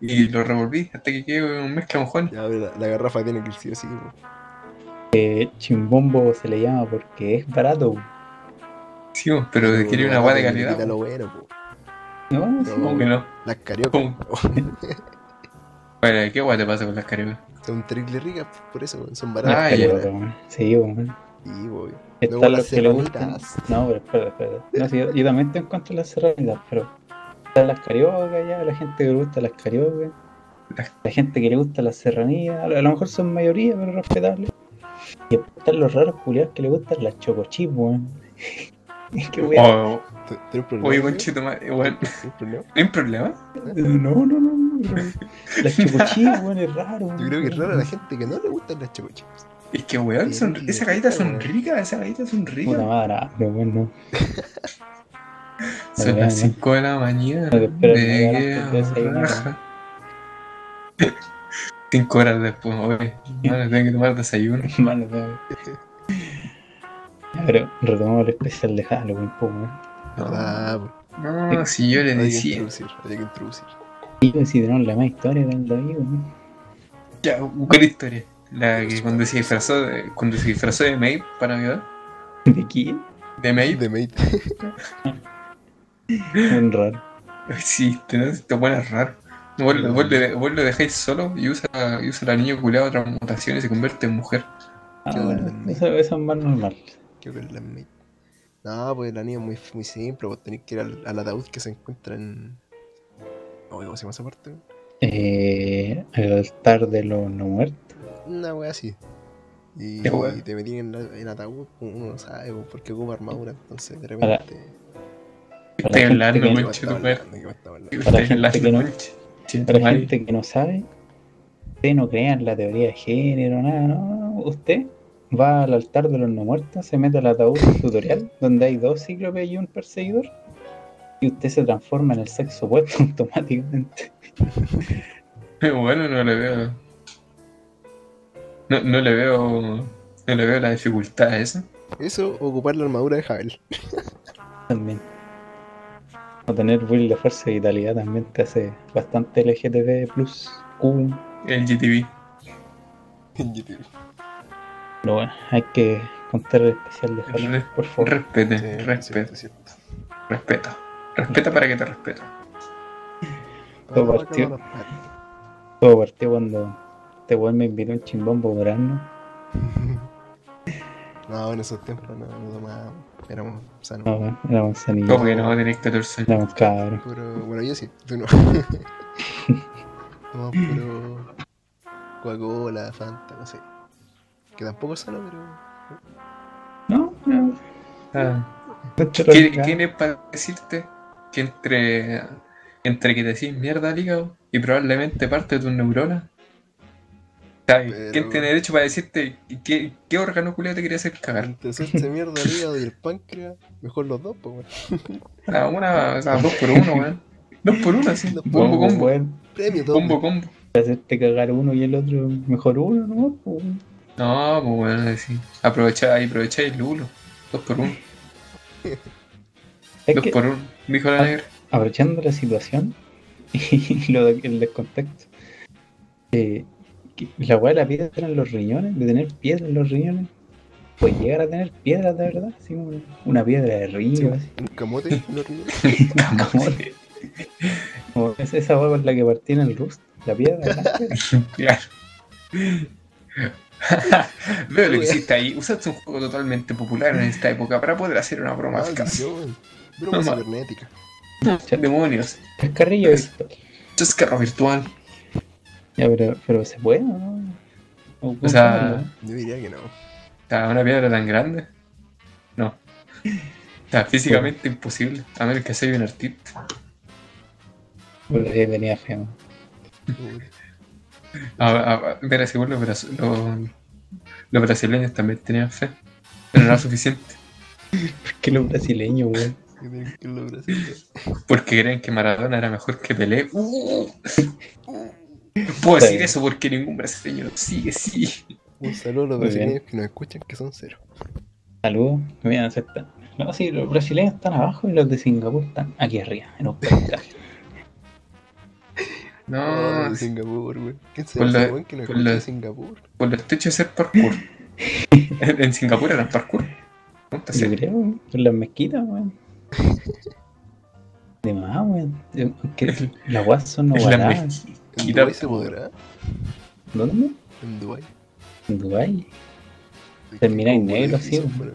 [SPEAKER 1] Y lo revolví hasta que quede un mezcla mojón.
[SPEAKER 2] Ya, pero la, la garrafa tiene que ir sí o sí, weón.
[SPEAKER 3] Eh, chimbombo se le llama porque es barato. weón.
[SPEAKER 1] Sí, po, pero
[SPEAKER 2] Pero
[SPEAKER 1] quería
[SPEAKER 2] lo
[SPEAKER 3] pues,
[SPEAKER 1] una
[SPEAKER 2] barato
[SPEAKER 1] guay de
[SPEAKER 2] le quita
[SPEAKER 1] calidad.
[SPEAKER 2] lo
[SPEAKER 1] po.
[SPEAKER 2] bueno, po.
[SPEAKER 3] No,
[SPEAKER 2] No,
[SPEAKER 1] ¿Cómo que no?
[SPEAKER 2] Las cariocas.
[SPEAKER 1] ¿Cómo? Bueno, ¿qué guay te pasa con las caribas?
[SPEAKER 2] Son terrible ricas, po, por eso, weón, son
[SPEAKER 1] Ah,
[SPEAKER 3] Las
[SPEAKER 2] baratas.
[SPEAKER 1] ya.
[SPEAKER 3] caliotas, weón. Sí, weón.
[SPEAKER 2] Sí, weón.
[SPEAKER 3] Están
[SPEAKER 2] Luego
[SPEAKER 3] los
[SPEAKER 2] las
[SPEAKER 3] que le gustan.
[SPEAKER 2] serranitas.
[SPEAKER 3] No, pero espera, espera. No, sí, yo, yo también te encuentro las serranitas, pero están las cariocas ya, la gente que le gusta las cariocas, la gente que le gusta las serranías, a lo a lo mejor son mayoría, pero respetables. Y después están los raros culiados que le gustan las chocochips, weón. Qué weón.
[SPEAKER 1] Oh,
[SPEAKER 2] ¿Tienes problema?
[SPEAKER 1] oye,
[SPEAKER 2] amigo?
[SPEAKER 1] conchito, bueno,
[SPEAKER 2] ¿Tienes problema?
[SPEAKER 1] ¿hay un problema?
[SPEAKER 3] No, no, no, no. pero Las chocochips, weón, es raro.
[SPEAKER 2] Yo creo que es raro a la gente que no le gustan las chocochips.
[SPEAKER 1] Es que, weón, son,
[SPEAKER 2] Sí,
[SPEAKER 1] esas galletas son
[SPEAKER 2] weón.
[SPEAKER 1] ricas, esas galletas son
[SPEAKER 3] Puta
[SPEAKER 1] ricas.
[SPEAKER 3] madre, ah, pero bueno.
[SPEAKER 1] Son
[SPEAKER 3] weón,
[SPEAKER 1] las
[SPEAKER 3] weón.
[SPEAKER 1] 5 de la mañana.
[SPEAKER 3] Tengo que esperar
[SPEAKER 1] de
[SPEAKER 3] una hora antes de desayunar,
[SPEAKER 1] raja. Cinco horas después, oye, no le tengo que tomar desayuno.
[SPEAKER 3] Malo, weón. Ya, Pero retomamos el especial de Halloween, po, weón.
[SPEAKER 2] ¿Verdad? po.
[SPEAKER 1] No, si yo le
[SPEAKER 2] Ah, Hay que
[SPEAKER 1] decía,
[SPEAKER 2] introducir, hay que introducir.
[SPEAKER 3] Y consideraron la más historia del David, weón.
[SPEAKER 1] ya, ¿cuál historia? La que cuando se disfrazó de, cuando se disfrazó de Maid para Navidad.
[SPEAKER 3] ¿De quién?
[SPEAKER 1] ¿De Maid?
[SPEAKER 2] De mate.
[SPEAKER 3] Un raro.
[SPEAKER 1] Sí, te, no, te pones raro. Vos, lo- vos le- vos lo dejáis solo y usa, y usa la niña culada otra mutación y se convierte en mujer.
[SPEAKER 3] Ah,
[SPEAKER 2] Qué
[SPEAKER 3] bueno,
[SPEAKER 2] bueno.
[SPEAKER 3] eso, eso es más normal.
[SPEAKER 2] Quiero ver la mate. No, pues la niña es muy, muy simple. Vos tenés que ir al, al ataúd que se encuentra en. Oye, ¿cómo se llama esa parte?
[SPEAKER 3] Eh, el altar de los no muertos.
[SPEAKER 2] Una wea así. Y,
[SPEAKER 1] ¿Qué wea?
[SPEAKER 2] y te metí en el ataúd, pues, uno no sabe po, porque ocupa armadura, entonces de
[SPEAKER 3] Para-
[SPEAKER 2] repente.
[SPEAKER 3] Para
[SPEAKER 1] Estoy
[SPEAKER 3] la gente
[SPEAKER 1] hablando,
[SPEAKER 3] que-
[SPEAKER 2] ¿Qué
[SPEAKER 1] weón.
[SPEAKER 2] me
[SPEAKER 1] conche tu
[SPEAKER 2] estaba
[SPEAKER 1] madre.
[SPEAKER 2] hablando? ¿Qué me estaba hablando?
[SPEAKER 3] Para la
[SPEAKER 1] Ustedes
[SPEAKER 3] gente que no-
[SPEAKER 1] noche. Sí,
[SPEAKER 3] Para la
[SPEAKER 1] madre.
[SPEAKER 3] gente que no sabe, usted no crea en la teoría de género, nada, no. Usted va al altar de los no muertos, se mete al ataúd del tutorial, donde hay dos cíclopes y un perseguidor, y usted se transforma en el sexo opuesto automáticamente.
[SPEAKER 1] Bueno, no le veo. No, no le veo. No le veo la dificultad a eso.
[SPEAKER 2] Eso, ocupar la armadura de Javel.
[SPEAKER 3] También. O tener build de fuerza y vitalidad también te hace bastante LGTB plus Q.
[SPEAKER 1] El GTV.
[SPEAKER 2] En YouTube.
[SPEAKER 3] Pero bueno, hay que contar el especial de Halloween, por favor.
[SPEAKER 1] Respete,
[SPEAKER 2] Sí,
[SPEAKER 1] respeta,
[SPEAKER 2] cierto, cierto.
[SPEAKER 1] respeta. Respeta para que te respete.
[SPEAKER 3] Todo
[SPEAKER 2] Para la
[SPEAKER 3] partió.
[SPEAKER 2] vaca, para los
[SPEAKER 3] Todo partió cuando este weón me invitó un chimbón verano.
[SPEAKER 2] patos. No, en esos tiempos no, no tomábamos. Éramos sanos.
[SPEAKER 3] No, weón, éramos sanillos,
[SPEAKER 1] ¿Cómo que no va a tener 14 años?
[SPEAKER 3] éramos cabros.
[SPEAKER 2] Puro- bueno, yo sí, tú no. Tomamos puro Coca-Cola, Fanta, no sé. Que tampoco es sano, pero.
[SPEAKER 3] No, no.
[SPEAKER 1] Ah.
[SPEAKER 3] esto era
[SPEAKER 1] ¿Quién,
[SPEAKER 3] legal.
[SPEAKER 1] quién es para decirte que entre, entre que te decís mierda al hígado y probablemente parte de tus neuronas? ¿sabes?
[SPEAKER 2] Pero-
[SPEAKER 1] ¿Quién tiene derecho para decirte qué, qué órgano culiao te quería hacer cagar?
[SPEAKER 2] Entre hacerte mierda el hígado y el páncreas, mejor los dos, pues, weón.
[SPEAKER 1] Ah, una, o sea, dos por uno, weón. Dos por uno, sí.
[SPEAKER 2] Dos por
[SPEAKER 1] Combo,
[SPEAKER 3] Weón,
[SPEAKER 1] combo.
[SPEAKER 3] weón,
[SPEAKER 2] Premio todo.
[SPEAKER 1] Combo, combo.
[SPEAKER 3] Hacerte cagar uno y el otro, mejor uno, ¿no? Pues, weón.
[SPEAKER 1] No, pues bueno, sí. Aprovechá, aprovechá el lulo. Dos por uno.
[SPEAKER 3] Es
[SPEAKER 1] dos
[SPEAKER 3] que,
[SPEAKER 1] por uno. Dijo la negra.
[SPEAKER 3] aprovechando la situación y lo, de- el descontexto, eh, que la weá de la piedra en los riñones, de tener piedra en los riñones, pues llegar a tener piedra de verdad, así una, una piedra de río, así.
[SPEAKER 2] Un camote, no río.
[SPEAKER 3] Camote. Como es esa hueá con la que partían el rust, la piedra. la piedra.
[SPEAKER 1] Claro. Veo lo que hiciste ahí. Usaste un juego totalmente popular en esta época para poder hacer una broma eficaz.
[SPEAKER 2] Maldición. Broma
[SPEAKER 1] No, ma-
[SPEAKER 2] cibernética.
[SPEAKER 1] Demonios.
[SPEAKER 3] Chascarrillo virtual.
[SPEAKER 1] Chascarro virtual.
[SPEAKER 3] Ya, pero, pero se puede, ¿o ¿no? O,
[SPEAKER 1] O sea-
[SPEAKER 2] Yo diría que no.
[SPEAKER 1] ¿Está una piedra tan grande? No. Está físicamente imposible. A menos que sea un artista.
[SPEAKER 3] Pero ahí venía feo.
[SPEAKER 1] A, a- a- mira, según los, bras- los, los brasileños también tenían fe. Pero no era suficiente.
[SPEAKER 3] ¿Por qué los brasileños, weón?
[SPEAKER 2] Que tienen que los brasileños.
[SPEAKER 1] Porque creen que Maradona era mejor que Pelé. Uh. Puedo decir
[SPEAKER 3] Sí.
[SPEAKER 1] eso porque ningún brasileño lo sigue, sí.
[SPEAKER 2] Un saludo a los
[SPEAKER 3] Muy
[SPEAKER 2] brasileños que nos escuchan, que son cero.
[SPEAKER 3] Saludos, me voy a aceptar. No, sí, los brasileños están abajo y los de Singapur están aquí arriba, en un porcentaje.
[SPEAKER 1] No,
[SPEAKER 2] de Singapur, güey. ¿Quién se
[SPEAKER 1] Ah. Por
[SPEAKER 2] llama
[SPEAKER 1] la-
[SPEAKER 2] ese weón que nos
[SPEAKER 1] por
[SPEAKER 2] escucha
[SPEAKER 1] la-
[SPEAKER 2] de Singapur?
[SPEAKER 1] por pues lo estrecho de ser parkour. en en Singapur eran parkour. Punto,
[SPEAKER 3] Yo
[SPEAKER 1] sí.
[SPEAKER 3] creo, weón. Son las mezquitas, weón. De más, weón. Yo- que Las guas son
[SPEAKER 1] Es la
[SPEAKER 3] ovaladas.
[SPEAKER 1] mezquita.
[SPEAKER 2] ¿En
[SPEAKER 1] Y
[SPEAKER 2] Dubái
[SPEAKER 1] la-
[SPEAKER 2] se podrá?
[SPEAKER 3] ¿Dónde?
[SPEAKER 2] ¿En Dubái?
[SPEAKER 3] En Dubái. Termina
[SPEAKER 2] Termina
[SPEAKER 3] en negro, sí, güey.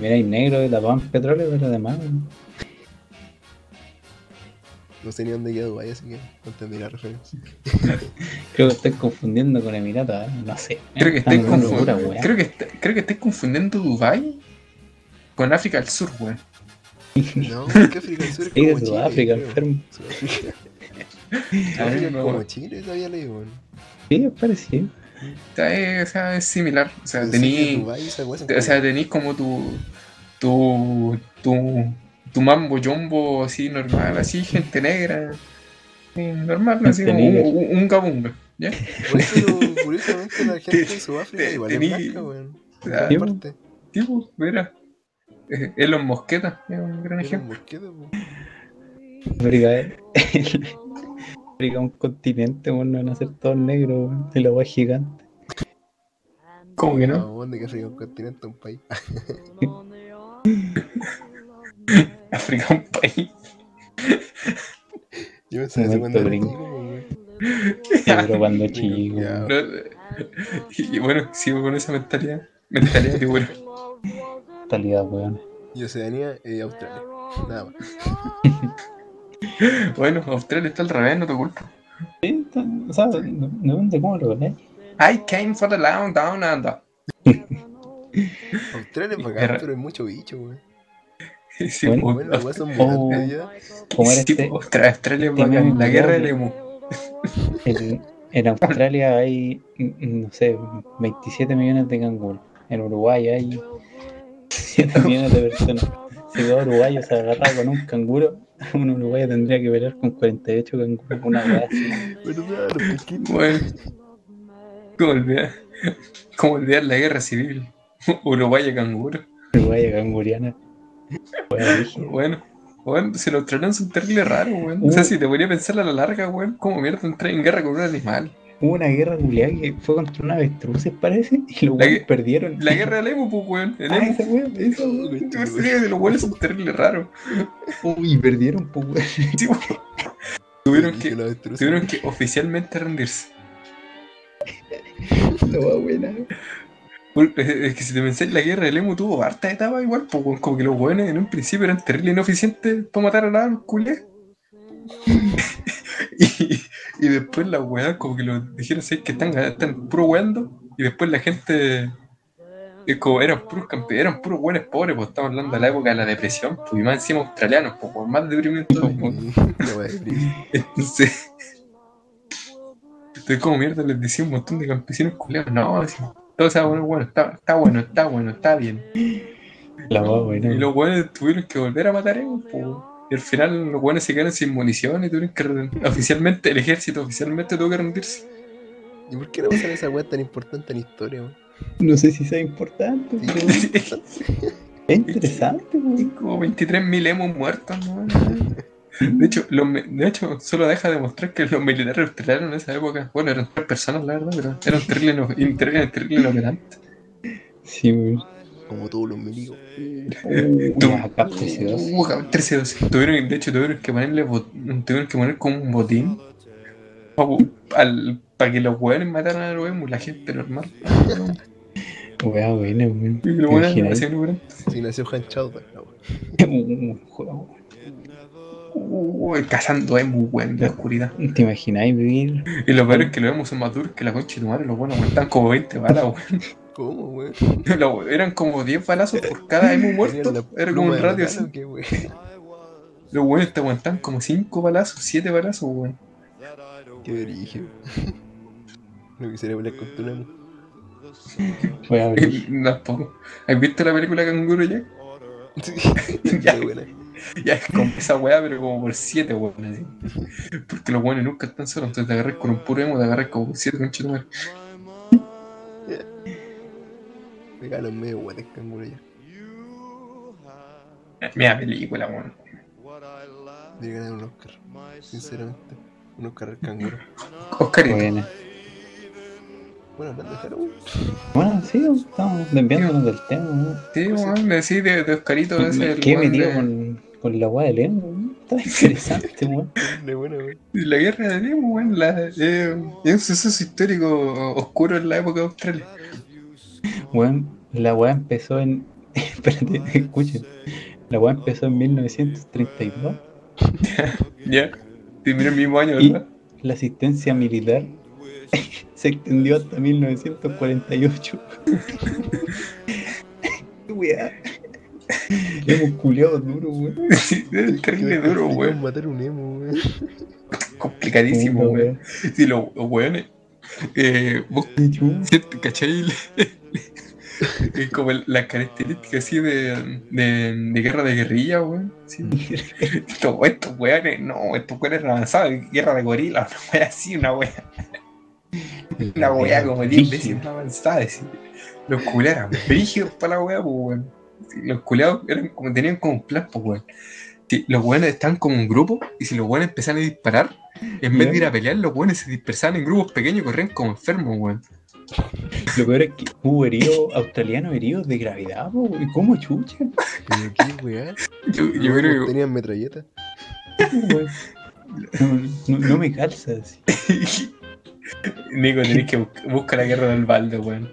[SPEAKER 3] Mira, hay negro de tapado en petróleo, pero además, weón.
[SPEAKER 2] No sé ni dónde queda Dubái, así que no entendí la referencia.
[SPEAKER 3] creo que estoy confundiendo con Emiratos, ¿eh? no sé.
[SPEAKER 1] Creo que
[SPEAKER 3] Están
[SPEAKER 1] estáis
[SPEAKER 3] en una locura,
[SPEAKER 1] confundiendo.
[SPEAKER 3] weón.
[SPEAKER 1] Creo que est- creo que estáis confundiendo Dubai con África del Sur, weón.
[SPEAKER 2] No, que África del Sur es
[SPEAKER 3] Sí, de
[SPEAKER 2] como Chile.
[SPEAKER 3] Sudáfrica,
[SPEAKER 2] creo.
[SPEAKER 3] enfermo.
[SPEAKER 2] Sudáfrica. Sudáfrica es como
[SPEAKER 1] Como-
[SPEAKER 2] Chile, sabía leído, güey.
[SPEAKER 3] Sí, es parecido.
[SPEAKER 1] está, eh, O sea, es similar. O sea,
[SPEAKER 2] Pensé que
[SPEAKER 1] tení.
[SPEAKER 2] Dubái, esa weá, son
[SPEAKER 1] O sea,
[SPEAKER 2] como-
[SPEAKER 1] tenés como tu, tu, tu, tu mambo jumbo así normal, así, gente negra, así, normal, así como un,
[SPEAKER 3] Tenía-
[SPEAKER 1] un, un gabunga, ¿ya?
[SPEAKER 2] Por eso, curiosamente, la gente de Sudáfrica
[SPEAKER 1] Te-
[SPEAKER 2] igual es
[SPEAKER 1] tení-
[SPEAKER 2] blanca, weón. En
[SPEAKER 1] Ah,
[SPEAKER 2] gran parte.
[SPEAKER 1] Tipo, mira, eh, Elon Mosqueta es un gran
[SPEAKER 2] Era un
[SPEAKER 1] ejemplo.
[SPEAKER 2] mosquito, po.
[SPEAKER 3] África es. África eh, es un continente, weón, no van a ser todos negros, weón. Y la weá es gigante.
[SPEAKER 1] ¿Cómo que no?
[SPEAKER 2] No, weón, de que África es un continente, un país. Ah,
[SPEAKER 1] África es un país.
[SPEAKER 2] Yo pensaba eso cuando era
[SPEAKER 3] Momento
[SPEAKER 2] chico, weón.
[SPEAKER 3] Sí, pero cuando chico.
[SPEAKER 2] Ya.
[SPEAKER 3] weón.
[SPEAKER 1] No, eh, y, y bueno, sigo con esa mentalidad. Mentalidad de bueno.
[SPEAKER 3] Mentalidad, weón.
[SPEAKER 2] Y Oceanía, eh, Australia. Nada más.
[SPEAKER 1] Bueno, Australia está al revés, no te culpo.
[SPEAKER 3] Sí, está- o sea, no- no dónde cómo lo ves.
[SPEAKER 1] I came for the long down under.
[SPEAKER 2] Australia es
[SPEAKER 1] Era-
[SPEAKER 2] bacán, pero hay mucho bicho, weón.
[SPEAKER 1] Sí,
[SPEAKER 3] Bueno,
[SPEAKER 1] po,
[SPEAKER 2] Bueno, las weas son
[SPEAKER 3] Oh.
[SPEAKER 2] mutantes ya.
[SPEAKER 3] Como era
[SPEAKER 1] sí,
[SPEAKER 3] este,
[SPEAKER 1] po, Austra- Australia es
[SPEAKER 3] este
[SPEAKER 1] bacán,
[SPEAKER 3] meme
[SPEAKER 1] la guerra del
[SPEAKER 3] culiao que-
[SPEAKER 1] emu.
[SPEAKER 3] en, en Australia hay, mm, no sé, 27 millones de canguros. En Uruguay hay 7 millones de personas. Si dos uruguayos se agarraban con un canguro, un uruguayo tendría que pelear con 48 canguros. Una weá así.
[SPEAKER 2] ¿Verdad? Los pesquitos.
[SPEAKER 1] Bueno, ¿cómo olvidar, cómo olvidar la guerra civil? Uruguay y canguro.
[SPEAKER 3] Uruguaya canguriana. Weá, dije,
[SPEAKER 1] Bueno, bueno, si los australianos son terrible raros, weón.
[SPEAKER 3] Uh.
[SPEAKER 1] O sea, si te voy a pensar a la larga, weón, cómo mierda entrar en guerra con un animal.
[SPEAKER 3] Hubo una guerra culiada que fue contra una avestruces, parece, y los
[SPEAKER 1] La
[SPEAKER 3] weones
[SPEAKER 1] gue-
[SPEAKER 3] perdieron.
[SPEAKER 1] La guerra del emu, pues, weón. El
[SPEAKER 3] Ah,
[SPEAKER 1] emu.
[SPEAKER 3] esa weá, esa weá.
[SPEAKER 2] Uy,
[SPEAKER 1] Tú sabes que los weones son terrible raros.
[SPEAKER 3] Uy, perdieron, pues, weón.
[SPEAKER 1] Sí, po. Tuvieron
[SPEAKER 2] dije
[SPEAKER 1] que,
[SPEAKER 2] los avestruces.
[SPEAKER 1] tuvieron que oficialmente rendirse.
[SPEAKER 3] La weá buena.
[SPEAKER 1] Por- Es es que si te pensás, la guerra del emu tuvo harta etapa igual, pues, weón, como que los weones en un principio eran terrible ineficientes para matar a nada, los culiados. y, y después las weas como que lo dijeron, sí, que están, están puro weando. Y después la gente, eh, como eran puros campeones, eran puros buenos pobres, pues estamos hablando de la época de la depresión, pues, y más encima australianos, pues, por más deprimente. todavía.
[SPEAKER 2] La wea de brillo.
[SPEAKER 1] Entonces, estoy como mierda, les decía un montón de campesinos culiados, no, así, todo se va a poner bueno, está, está bueno, está bueno, está bien.
[SPEAKER 3] La weá buena.
[SPEAKER 1] Y los weones tuvieron que volver a matar emos, po. Y al final los weones se quedaron sin munición y tuvieron que ren- oficialmente, el ejército oficialmente tuvo que rendirse.
[SPEAKER 2] ¿Y por qué no pasan esa wea tan importante en historia, weón?
[SPEAKER 3] No sé si sea importante,
[SPEAKER 2] Sí.
[SPEAKER 3] pero es interesante, weón.
[SPEAKER 1] Como 23.000 emos muertos, ¿no? De hecho, los mi- de hecho, solo deja de mostrar que los militares australianos en esa época, bueno, eran tres personas, la verdad, pero eran terribles, ino- inter- eran terribles inoperantes.
[SPEAKER 3] Sí, weón.
[SPEAKER 2] Como todos los milicos.
[SPEAKER 1] Tú-
[SPEAKER 3] Unas acá preciosas.
[SPEAKER 1] Uh, cabrón, 13 dosis. Tuvieron, de hecho, tuvieron que ponerle bot- tuvieron que poner como un botín para que los hueones mataran a los emos, la gente normal.
[SPEAKER 3] Weá buena, weón.
[SPEAKER 1] Y los
[SPEAKER 3] ¿Te
[SPEAKER 1] hueones
[SPEAKER 3] imaginas?
[SPEAKER 1] hacían un-
[SPEAKER 2] Si nació Han Chowder, la wea.
[SPEAKER 3] Un juego.
[SPEAKER 1] uh, cazando emus, weón, en la oscuridad.
[SPEAKER 3] ¿Te imagináis vivir?
[SPEAKER 1] Y los peor es que los emus son más duros que la concha de tu madre, los buenos aguantaban como 20 balas, weón.
[SPEAKER 2] ¿Cómo, weón?
[SPEAKER 1] Lo- eran como 10 balazos por cada emo
[SPEAKER 2] ¿Tenían la
[SPEAKER 1] muerto. Era como
[SPEAKER 2] pluma
[SPEAKER 1] un
[SPEAKER 2] de
[SPEAKER 1] radio
[SPEAKER 2] metal
[SPEAKER 1] así.
[SPEAKER 2] o qué, weón?
[SPEAKER 1] Los weones te aguantan como 5 balazos, 7 balazos, weón.
[SPEAKER 2] Qué origen. No quisiera hablar con tu nombre.
[SPEAKER 3] Weá abrir.
[SPEAKER 1] Tampoco. ¿Has visto la película Canguro ya?
[SPEAKER 2] Sí,
[SPEAKER 1] Ya.
[SPEAKER 2] qué buena.
[SPEAKER 1] Ya es como esa weá, pero como por 7, weón. así. Porque los weones nunca están solos. Entonces te agarras con un puro emo, te agarras como 7 con chetumar.
[SPEAKER 2] Me ganan medio guates canguro ya.
[SPEAKER 1] Mira película, weón.
[SPEAKER 2] Me ganan un Oscar. Sinceramente. Un Oscar al canguro.
[SPEAKER 1] Oscar,
[SPEAKER 3] Buena.
[SPEAKER 2] Bueno, hablando de Halloween.
[SPEAKER 3] Bueno, sí, estamos desviándonos del tema, weón.
[SPEAKER 1] sí, weón, me decís de, de Oscarito, ese
[SPEAKER 3] Me
[SPEAKER 1] el
[SPEAKER 3] quedé
[SPEAKER 1] weón
[SPEAKER 3] metido
[SPEAKER 1] de-
[SPEAKER 3] con, con la weá de lengua, weón. Está interesante, weón.
[SPEAKER 2] De buena, weón.
[SPEAKER 1] La guerra de Nemo, weón, la- eh, es un suceso histórico oscuro en la época de Australia.
[SPEAKER 3] Weón, la weá empezó en. Espérate, escuchen. La weá empezó en 1932.
[SPEAKER 1] Ya, terminó el mismo año,
[SPEAKER 3] Y-
[SPEAKER 1] ¿verdad?
[SPEAKER 3] La asistencia militar se extendió hasta 1948. Weá. Hemos culeado duro, weón.
[SPEAKER 1] Sí, es terrible duro, weón.
[SPEAKER 2] matar un emo, weón.
[SPEAKER 1] Complicadísimo,
[SPEAKER 3] Puta,
[SPEAKER 1] weón. Si los los weones. Eh, vos,
[SPEAKER 3] weón.
[SPEAKER 1] ¿cierto? ¿cachai? Es como el- las características así de, de, de guerra de guerrilla, weón. Sí. Estos, estos weones, no, estos weones avanzados, guerra de gorilas, una wea así, una wea, una wea como 10 veces más avanzada. sí. Los culeros eran brígidos para la wea, pues, weón. Sí, los culeados eran como, tenían como un plan, pues, weón. Sí, los weones estaban como un grupo y si los weones empezaban a disparar, en vez de ir a pelear, los weones se dispersaban en grupos pequeños y corrían como enfermos, weón.
[SPEAKER 3] Lo peor es que hubo heridos australianos heridos de gravedad, po, weón. ¿Cómo chucha?
[SPEAKER 2] Pero qué weá.
[SPEAKER 1] Yo, yo creo que
[SPEAKER 2] pues, Tenían metralleta.
[SPEAKER 3] weón? No, no- no me calza así.
[SPEAKER 1] Nico, tenés que buscar busca la guerra del balde, weón.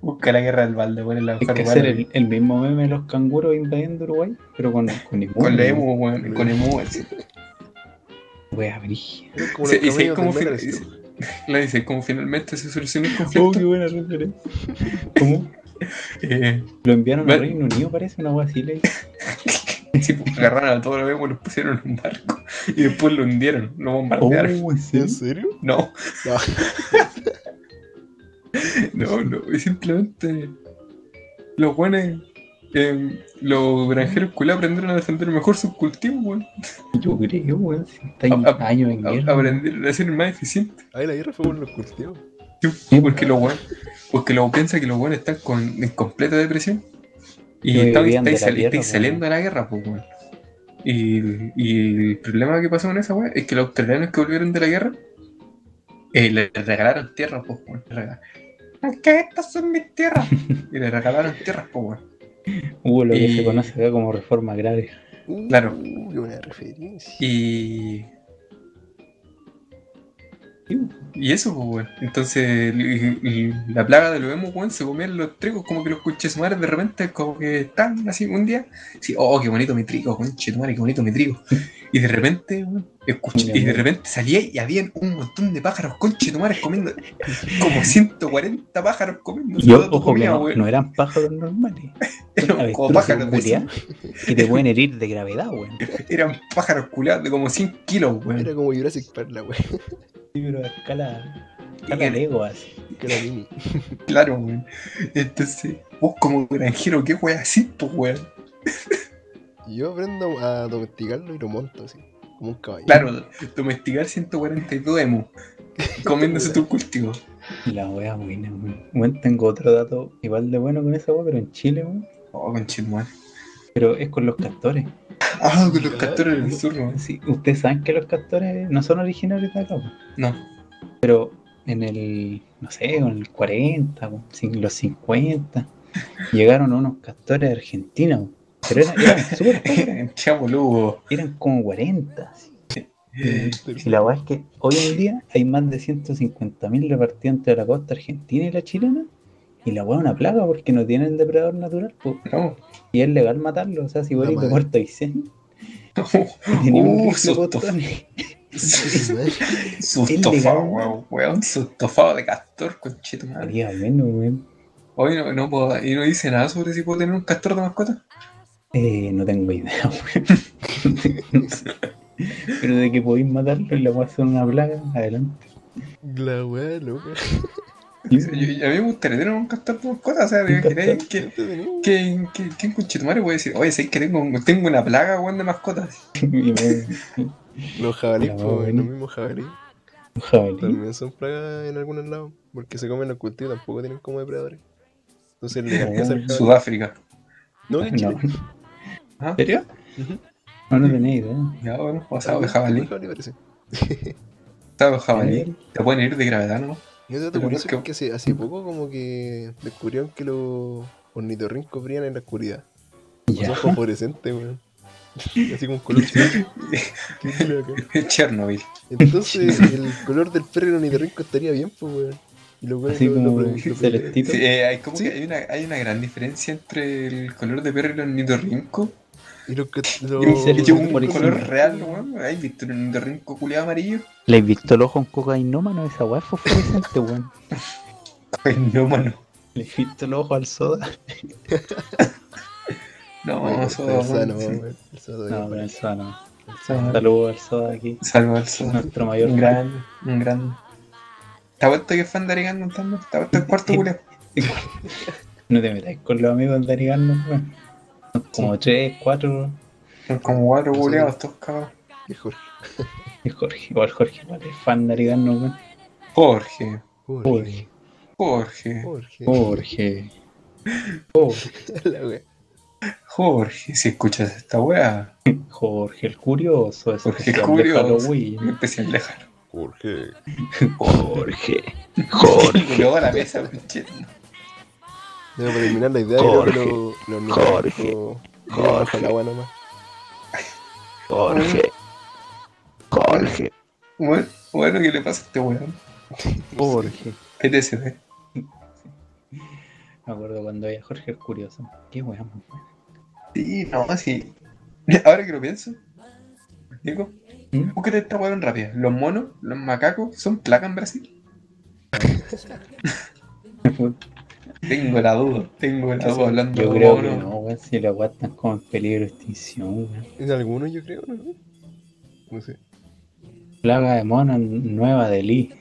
[SPEAKER 1] Busca la guerra del balde, weón. es La
[SPEAKER 3] Hay
[SPEAKER 1] mejor
[SPEAKER 3] que
[SPEAKER 1] weón.
[SPEAKER 3] hacer el, el mismo meme de los canguros invadiendo Uruguay, pero con, con ningún.
[SPEAKER 1] Con la emu, weón. Con emu, así.
[SPEAKER 3] Wea, brígida.
[SPEAKER 2] Eran como
[SPEAKER 1] Sí,
[SPEAKER 2] los
[SPEAKER 1] y sí,
[SPEAKER 2] camellos
[SPEAKER 1] como
[SPEAKER 2] del
[SPEAKER 1] fin-
[SPEAKER 2] Metal
[SPEAKER 1] sí.
[SPEAKER 2] Slug.
[SPEAKER 1] La dice, como finalmente se solucionó el
[SPEAKER 3] Oh,
[SPEAKER 1] conflicto.
[SPEAKER 3] qué buena referencia. ¿Cómo?
[SPEAKER 1] eh,
[SPEAKER 3] Lo enviaron al
[SPEAKER 1] Ver-
[SPEAKER 3] Reino Unido, parece una wea así, le-
[SPEAKER 1] sí, pues, agarraron a todos los emus, los pusieron en un barco y después lo hundieron, lo bombardearon.
[SPEAKER 3] Oh, sí.
[SPEAKER 2] ¿En serio?
[SPEAKER 1] No,
[SPEAKER 2] No.
[SPEAKER 1] no, no. y Simplemente los buenos, em, los granjeros culiados aprendieron a defender mejor sus cultivos, weón.
[SPEAKER 3] Yo creo, weón. Si está ahí
[SPEAKER 1] A- a-
[SPEAKER 3] años en
[SPEAKER 1] A-
[SPEAKER 3] guerra.
[SPEAKER 1] Aprendieron a ser más eficientes.
[SPEAKER 2] Ahí la guerra fue por los cultivos.
[SPEAKER 1] Sí, Porque los weones, porque los piensa que los weones están con, en completa depresión y
[SPEAKER 3] Que
[SPEAKER 1] están,
[SPEAKER 3] vivían de
[SPEAKER 1] estáis
[SPEAKER 3] la
[SPEAKER 1] sali-
[SPEAKER 3] tierra,
[SPEAKER 1] estáis
[SPEAKER 3] po,
[SPEAKER 1] saliendo de la guerra, pues weón. Y, y el problema que pasó con esa weá es que los australianos que volvieron de la guerra eh, le regalaron tierras, pues weón. le regalaron, "Es que estas son mis tierras. y le regalaron tierras, pues weón.
[SPEAKER 3] Hubo lo que
[SPEAKER 1] Y-
[SPEAKER 3] se conoce acá como reforma agraria.
[SPEAKER 2] Uh,
[SPEAKER 1] Claro.
[SPEAKER 2] Qué buena referencia.
[SPEAKER 1] Y. Y eso, pues weón. Entonces, el- el- la plaga de los emus, weón, se comían los trigos, como que los cuchesumales de repente, como que están así un día. Sí, oh, qué bonito mi trigo, conchetumare, qué bonito mi trigo. Y de repente, weón, escuché- y de repente salía y había un montón de pájaros, conchetumares comiendo. Como 140 pájaros comiendo.
[SPEAKER 3] Yo,
[SPEAKER 1] toda tu
[SPEAKER 3] ojo, que
[SPEAKER 1] comida,
[SPEAKER 3] no,
[SPEAKER 1] weón.
[SPEAKER 3] no eran pájaros normales.
[SPEAKER 1] Eran
[SPEAKER 3] Avestruces
[SPEAKER 1] como pájaros de
[SPEAKER 3] culiados que te pueden herir de gravedad, weón.
[SPEAKER 1] Eran pájaros culiados de como 100 kilos,
[SPEAKER 2] Era
[SPEAKER 1] weón.
[SPEAKER 2] como Jurassic Park la wea.
[SPEAKER 3] Sí, pero a escala,
[SPEAKER 1] Y-
[SPEAKER 3] escala Lego, así.
[SPEAKER 2] Que era mini.
[SPEAKER 1] Claro, weón. Entonces, vos como granjero, qué weón así, pues weón.
[SPEAKER 2] Y Yo aprendo a domesticarlo y lo monto así. Como un caballo.
[SPEAKER 1] Claro, domesticar 142 emus comiéndose tus cultivos.
[SPEAKER 3] La wea buena, weón. Weón, tengo otro dato igual de bueno con esa wea, pero en Chile, weón.
[SPEAKER 1] Oh, conchetumar.
[SPEAKER 3] Pero es con los castores.
[SPEAKER 1] Ah, con los castores del sur, ¿no?
[SPEAKER 3] Sí, ustedes saben que los castores no son originarios de acá, weón.
[SPEAKER 1] No.
[SPEAKER 3] en el, no sé, en el 40, po, sí, los 50, llegaron unos castores argentinos, po, pero eran, eran súper pobres,
[SPEAKER 1] Qué boludo.
[SPEAKER 3] eran como 40. sí.
[SPEAKER 1] Eh,
[SPEAKER 3] Y la verdad es que hoy en día hay más de 150.000 repartidos entre la costa argentina y la chilena, y la hueá es una plaga porque no tienen depredador natural, po,
[SPEAKER 1] no.
[SPEAKER 3] y es legal matarlo, o sea, si vos
[SPEAKER 2] La
[SPEAKER 3] eres de
[SPEAKER 2] madre.
[SPEAKER 3] Puerto Aysén, y tenés un
[SPEAKER 1] Uh,
[SPEAKER 3] rifle
[SPEAKER 1] susto.
[SPEAKER 3] botón,
[SPEAKER 2] Sí, madre.
[SPEAKER 1] Sustofado, weón, weón. Sustofado de castor, conchetumar.
[SPEAKER 3] sería bueno, weón.
[SPEAKER 1] Hoy no, no, puedo- y no dice nada sobre si puedo tener un castor de mascota.
[SPEAKER 3] Eh, no tengo idea, weón. No sé. Pero de que podéis matarlo y la voy a hacer una plaga, adelante.
[SPEAKER 2] La wea loca.
[SPEAKER 1] Yo- yo- a mí me gustaría tener un castor de mascota. O sea,
[SPEAKER 3] Un
[SPEAKER 1] ¿qué,
[SPEAKER 3] castor.
[SPEAKER 1] que
[SPEAKER 2] Entretenido.
[SPEAKER 1] que que que un conchetumare puede decir? Oye, sé que tengo, tengo una plaga, weón, de mascotas.
[SPEAKER 3] Y me-
[SPEAKER 2] Los jabalíes,
[SPEAKER 3] La
[SPEAKER 2] pues,
[SPEAKER 3] wea,
[SPEAKER 2] los
[SPEAKER 3] ¿no?
[SPEAKER 2] mismos jabalíes.
[SPEAKER 3] un jabalí.
[SPEAKER 2] También son plagas en algunos lados. Porque se comen los cultivos, tampoco tienen como depredadores. Entonces
[SPEAKER 1] Oh,
[SPEAKER 2] le dan caza al jabalí.
[SPEAKER 1] Sudáfrica.
[SPEAKER 2] No, en
[SPEAKER 3] No.
[SPEAKER 2] Chile.
[SPEAKER 1] Ajá.
[SPEAKER 3] ¿En serio?
[SPEAKER 2] Ujú.
[SPEAKER 3] No, no tenía idea.
[SPEAKER 1] Ya, bueno, pasado de jabalí.
[SPEAKER 2] parece.
[SPEAKER 1] Pasado de jabalí.
[SPEAKER 3] eh.
[SPEAKER 1] Te pueden ir de gravedad, ¿no?
[SPEAKER 2] Y otro dato
[SPEAKER 1] Pero
[SPEAKER 2] curioso
[SPEAKER 1] es que-
[SPEAKER 2] es que hace, hace poco como que descubrieron que los ornitorrincos brillan en la oscuridad.
[SPEAKER 3] Ya.
[SPEAKER 2] Son fosforescentes, weón. Así como un color chido. Qué culo acá.
[SPEAKER 1] Chernobyl.
[SPEAKER 2] Entonces el color del perro del ornitorrinco estaría bien, pues, weón. Y lo weones
[SPEAKER 3] Así
[SPEAKER 2] lo-
[SPEAKER 3] como
[SPEAKER 2] lo- lo- lo-
[SPEAKER 3] celestito.
[SPEAKER 1] Sí, eh, hay, como
[SPEAKER 2] Sí.
[SPEAKER 1] que hay, una, hay una gran diferencia entre el color de perro y el ornitorrinco.
[SPEAKER 2] Y los que
[SPEAKER 1] Y un-
[SPEAKER 3] el
[SPEAKER 1] y un
[SPEAKER 3] por
[SPEAKER 1] color
[SPEAKER 3] ejemplo.
[SPEAKER 1] real, weón. ¿Hay visto un ornitorrinco culiado amarillo?
[SPEAKER 3] ¿Le has visto el ojo a un cocainómano? Esa weá fue fluorescente, weón.
[SPEAKER 1] Ay, no, mano.
[SPEAKER 3] ¿Le has visto el ojo al soda?
[SPEAKER 1] No,
[SPEAKER 2] No,
[SPEAKER 1] no,
[SPEAKER 2] eso
[SPEAKER 1] eso.
[SPEAKER 2] es sano,
[SPEAKER 1] sí.
[SPEAKER 2] weón. El soda bien
[SPEAKER 3] No, pero el
[SPEAKER 2] parece.
[SPEAKER 3] soda no.
[SPEAKER 2] El soda.
[SPEAKER 3] Saludos al soda aquí.
[SPEAKER 1] Salvo al sol.
[SPEAKER 3] Nuestro mayor
[SPEAKER 1] Un
[SPEAKER 3] gran.
[SPEAKER 1] gran, un gran. ¿Te ha puesto que es fan de Arigan también? ¿Te ha puesto el cuarto culiao?
[SPEAKER 3] No te metáis con los amigos de Arigano, weón. Son Como tres, cuatro.
[SPEAKER 1] Son como cuatro buleados estos cabros.
[SPEAKER 2] Y Jorge.
[SPEAKER 3] Y Jorge, igual Jorge, igual es fan de Arigano, weón.
[SPEAKER 1] Jorge,
[SPEAKER 3] Jorge,
[SPEAKER 1] Jorge,
[SPEAKER 2] Jorge.
[SPEAKER 3] Jorge. Jorge,
[SPEAKER 2] La wea.
[SPEAKER 1] Jorge, si escuchas esta weá,
[SPEAKER 3] Jorge el curioso, es
[SPEAKER 1] Jorge el
[SPEAKER 3] especial de
[SPEAKER 1] curioso. me
[SPEAKER 3] Halloween.
[SPEAKER 1] empecé a alejar.
[SPEAKER 2] Jorge.
[SPEAKER 3] Jorge, Jorge,
[SPEAKER 1] Y luego a la mesa, pinche.
[SPEAKER 2] No, para eliminar la idea,
[SPEAKER 3] Jorge.
[SPEAKER 2] creo que los, los
[SPEAKER 3] Jorge.
[SPEAKER 2] neonatos llegan bajo el agua nomás.
[SPEAKER 1] Jorge,
[SPEAKER 3] Jorge,
[SPEAKER 1] Bueno, bueno, ¿qué le pasa a este weón?
[SPEAKER 3] Jorge.
[SPEAKER 1] PTSD.
[SPEAKER 3] Me acuerdo cuando veía a Jorge el curioso. Qué weón. más buena.
[SPEAKER 1] Sí, no, sí. Ahora que lo pienso, Diego,
[SPEAKER 3] ¿Mm?
[SPEAKER 1] búscate esta weón rápida. Los monos, los macacos, son placa en Brasil. Tengo la duda, tengo la duda hablando
[SPEAKER 3] Yo
[SPEAKER 1] de
[SPEAKER 3] creo que
[SPEAKER 1] monos.
[SPEAKER 3] no, weón. Si lo aguantan como en peligro de extinción, weón.
[SPEAKER 2] ¿Es alguno, yo creo? No, sé. no sé.
[SPEAKER 3] Plaga de mono nueva de Lee.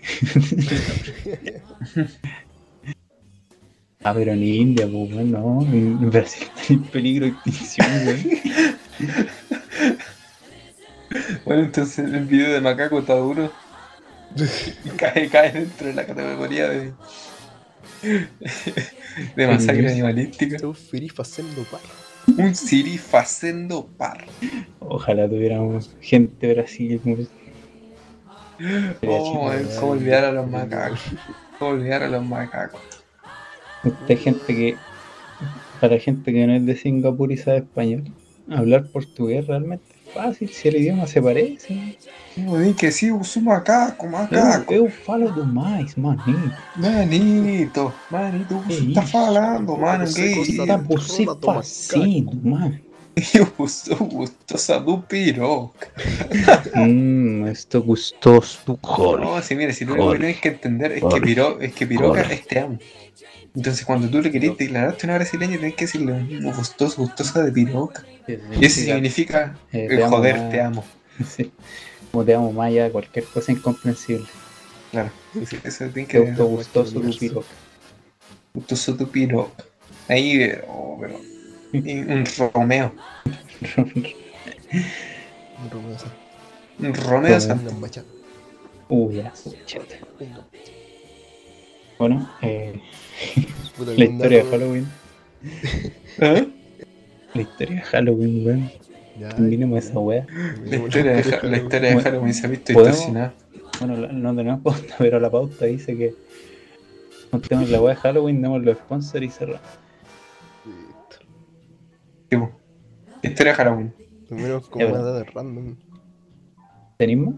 [SPEAKER 3] ah, pero en India, pues, weón, no. En Brasil está en peligro de extinción, weón.
[SPEAKER 1] Bueno, entonces el video de macaco está duro. Y cae, cae dentro de la categoría de. de masacre animalística.
[SPEAKER 2] Está un feliz haciendo par.
[SPEAKER 1] Un Siri facendo par.
[SPEAKER 3] Ojalá tuviéramos gente de Brasil, weón. Sería
[SPEAKER 1] Oh,
[SPEAKER 3] chido,
[SPEAKER 1] man,
[SPEAKER 3] weón.
[SPEAKER 1] cómo olvidar a los macacos. Cómo olvidar a los macacos.
[SPEAKER 3] Esta Este gente que, para gente que no es de Singapur y sabe español, hablar portugués realmente es fácil si el idioma se parece.
[SPEAKER 1] No, di que sí, su macaco, macaco.
[SPEAKER 3] Eu, eu falo demais, maninho.
[SPEAKER 1] Manito, manito,
[SPEAKER 3] Que
[SPEAKER 1] você tá
[SPEAKER 3] isso?
[SPEAKER 1] falando, mano,
[SPEAKER 2] Você
[SPEAKER 1] que isso?
[SPEAKER 2] gosta
[SPEAKER 3] Tá você
[SPEAKER 2] Rola do
[SPEAKER 3] fazendo, mano.
[SPEAKER 1] Eu gosto, eu gosto só do piroca.
[SPEAKER 3] Hum, estou gostoso do colo.
[SPEAKER 1] No, si mira, si tú lo que
[SPEAKER 3] Jorge,
[SPEAKER 1] tienes que entender es que,
[SPEAKER 3] Jorge,
[SPEAKER 1] piro, es que piroca
[SPEAKER 3] Jorge.
[SPEAKER 1] es te amo. Entonces, cuando tú le querías declararte una brasileña, tenés que decirle lo mismo, gustoso, gustosa de piroca. Y eso significa,
[SPEAKER 3] Eh,
[SPEAKER 1] eh,
[SPEAKER 3] te amo,
[SPEAKER 1] joder,
[SPEAKER 3] ma.
[SPEAKER 1] te amo.
[SPEAKER 3] Sí. Como te amo, Maya, cualquier cosa incomprensible.
[SPEAKER 1] Claro, eso tienes
[SPEAKER 3] Te
[SPEAKER 1] que
[SPEAKER 3] auto gustoso do piroca.
[SPEAKER 1] gustoso tu piroca. Ahí, eh, oh, pero. y Un Romeo.
[SPEAKER 2] Un romance.
[SPEAKER 1] Ah. Un Romeo Santos.
[SPEAKER 2] Una bachata.
[SPEAKER 3] Uy, ya, chata.
[SPEAKER 2] Una-
[SPEAKER 3] Bueno, eh,
[SPEAKER 2] Puta,
[SPEAKER 3] la
[SPEAKER 2] algún
[SPEAKER 3] historia de
[SPEAKER 2] dato-
[SPEAKER 3] Halloween.
[SPEAKER 1] ¿Eh?
[SPEAKER 3] La historia de Halloween, weón.
[SPEAKER 2] Ya,
[SPEAKER 3] Combinemos esa wea.
[SPEAKER 1] La historia de, Ja- la historia de
[SPEAKER 3] Bueno,
[SPEAKER 1] Halloween se ha visto
[SPEAKER 3] ¿podemos?
[SPEAKER 1] distorsionada.
[SPEAKER 3] Bueno, la- no tenemos pauta, pero la pauta dice que contemos la wea de Halloween, demos los sponsors y cerramos.
[SPEAKER 2] Listo.
[SPEAKER 1] Tipo, historia de Halloween.
[SPEAKER 2] Terminamos con
[SPEAKER 3] Ya,
[SPEAKER 2] una
[SPEAKER 3] bueno.
[SPEAKER 2] data random.
[SPEAKER 3] ¿Tenemos?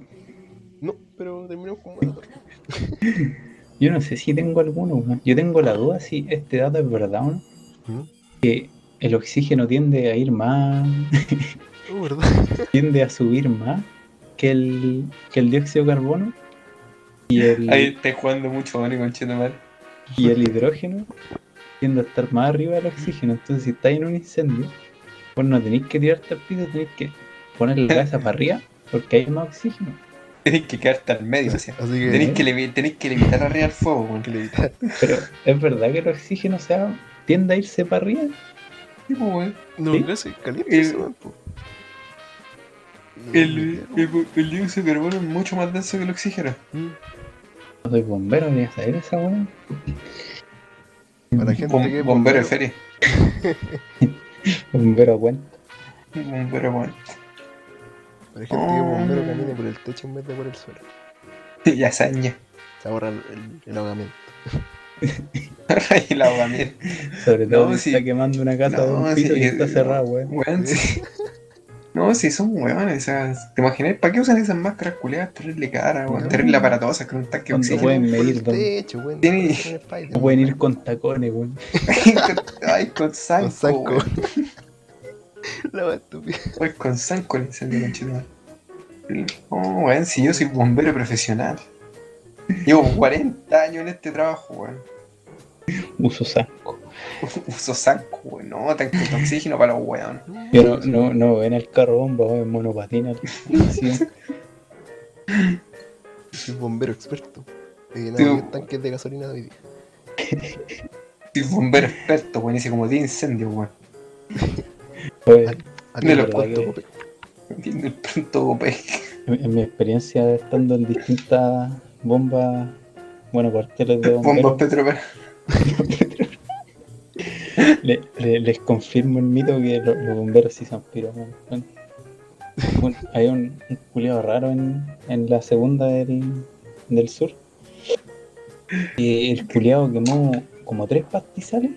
[SPEAKER 2] No, pero terminamos con una data random.
[SPEAKER 3] Yo no sé si tengo alguno, weón. Yo tengo la duda si este dato es verdad o no. El oxígeno tiende a ir más,
[SPEAKER 2] Oh, ¿verdad?
[SPEAKER 3] tiende a subir más que el, que el dióxido de carbono y el,
[SPEAKER 1] Ahí estás jugando mucho, bueno, conchito mal.
[SPEAKER 3] y el hidrógeno tiende a estar más arriba del oxígeno. Entonces, si estáis en un incendio, pues no tenéis que tirarte al piso, tenéis que poner la cabeza para arriba porque hay más oxígeno.
[SPEAKER 1] Tenéis que quedarte al medio, o sea.
[SPEAKER 2] Así que.
[SPEAKER 1] Tenéis que, levi- tenéis que levitar arriba al fuego, weón.
[SPEAKER 2] que levitar.
[SPEAKER 3] Pero es verdad que el oxígeno se va- tiende a irse para arriba.
[SPEAKER 1] Tipo, weón.
[SPEAKER 2] No,
[SPEAKER 3] ¿Sí?
[SPEAKER 2] gracias,
[SPEAKER 1] El-
[SPEAKER 2] caliente ese man, po. No,
[SPEAKER 1] El,
[SPEAKER 2] no,
[SPEAKER 1] el, el dióxido de carbono es mucho más denso que el oxígeno.
[SPEAKER 2] no.
[SPEAKER 3] No soy bombero, debería saber esa weá.
[SPEAKER 2] Para la gente
[SPEAKER 1] Bom-
[SPEAKER 2] que es
[SPEAKER 1] bombero de feria.
[SPEAKER 3] Bombero cuenta.
[SPEAKER 1] Bombero, weón.
[SPEAKER 2] Para la gente que es bombero
[SPEAKER 1] Oh.
[SPEAKER 2] camina por el techo en vez de por el suelo.
[SPEAKER 1] Y hazaña.
[SPEAKER 2] Se ahorra el, el, el ahogamiento.
[SPEAKER 1] y la ahogamiento.
[SPEAKER 3] Sobre todo
[SPEAKER 1] No,
[SPEAKER 3] si
[SPEAKER 1] sí.
[SPEAKER 3] está quemando una casa de
[SPEAKER 1] No,
[SPEAKER 3] un piso
[SPEAKER 1] sí, eh,
[SPEAKER 3] y está
[SPEAKER 1] no.
[SPEAKER 3] cerrada, weón.
[SPEAKER 1] Weón, sí. No, si son weones, o sea, ¿te imaginas? ¿Para qué usan esas máscaras culeadas? Terrible cara, weón.
[SPEAKER 2] No.
[SPEAKER 1] Terrible aparatosas con un tanque de
[SPEAKER 3] Cuando
[SPEAKER 1] oxígeno.
[SPEAKER 3] pueden
[SPEAKER 2] Por
[SPEAKER 3] medir
[SPEAKER 2] el
[SPEAKER 3] dónde-
[SPEAKER 2] techo, weón.
[SPEAKER 1] Tiene-
[SPEAKER 2] por el Spider-Man.
[SPEAKER 3] No
[SPEAKER 1] eh,
[SPEAKER 3] pueden ir con tacones, weón.
[SPEAKER 1] Ay, con Sanco.
[SPEAKER 2] Con Sanco.
[SPEAKER 1] weón.
[SPEAKER 2] La va estúpida.
[SPEAKER 1] Ay, con Sanco el incendio, conchetumare. Oh, weón, si yo soy bombero profesional. Llevo 40 años en este trabajo, weón.
[SPEAKER 3] Uso saco.
[SPEAKER 1] eh, Uso Sanco, weón. No, tanque de oxígeno para los weón.
[SPEAKER 3] Yo no, no, no ven el carro bomba, weón, en monopatina. Sí,
[SPEAKER 2] Soy bombero experto. Eh, Y
[SPEAKER 1] Tú-
[SPEAKER 2] nada, tanques de gasolina de hoy día.
[SPEAKER 1] Sí, bombero experto, weón. Ese como de incendio, weón.
[SPEAKER 3] Pues,
[SPEAKER 1] Me lo
[SPEAKER 2] Atiende el pronto,
[SPEAKER 3] pongo.
[SPEAKER 2] Cope.
[SPEAKER 1] Tiene el pronto Copec.
[SPEAKER 3] en en mi experiencia estando en distintas bombas, bueno, cuarteles de
[SPEAKER 1] Bombas
[SPEAKER 3] bomberos,
[SPEAKER 1] petroleras.
[SPEAKER 3] le- le- les confirmo el mito que lo- los bomberos sí son piromanos. weón. Bueno, hay un, un culiao raro en, en la segunda del, del sur. Y el culiao quemó como tres pastizales.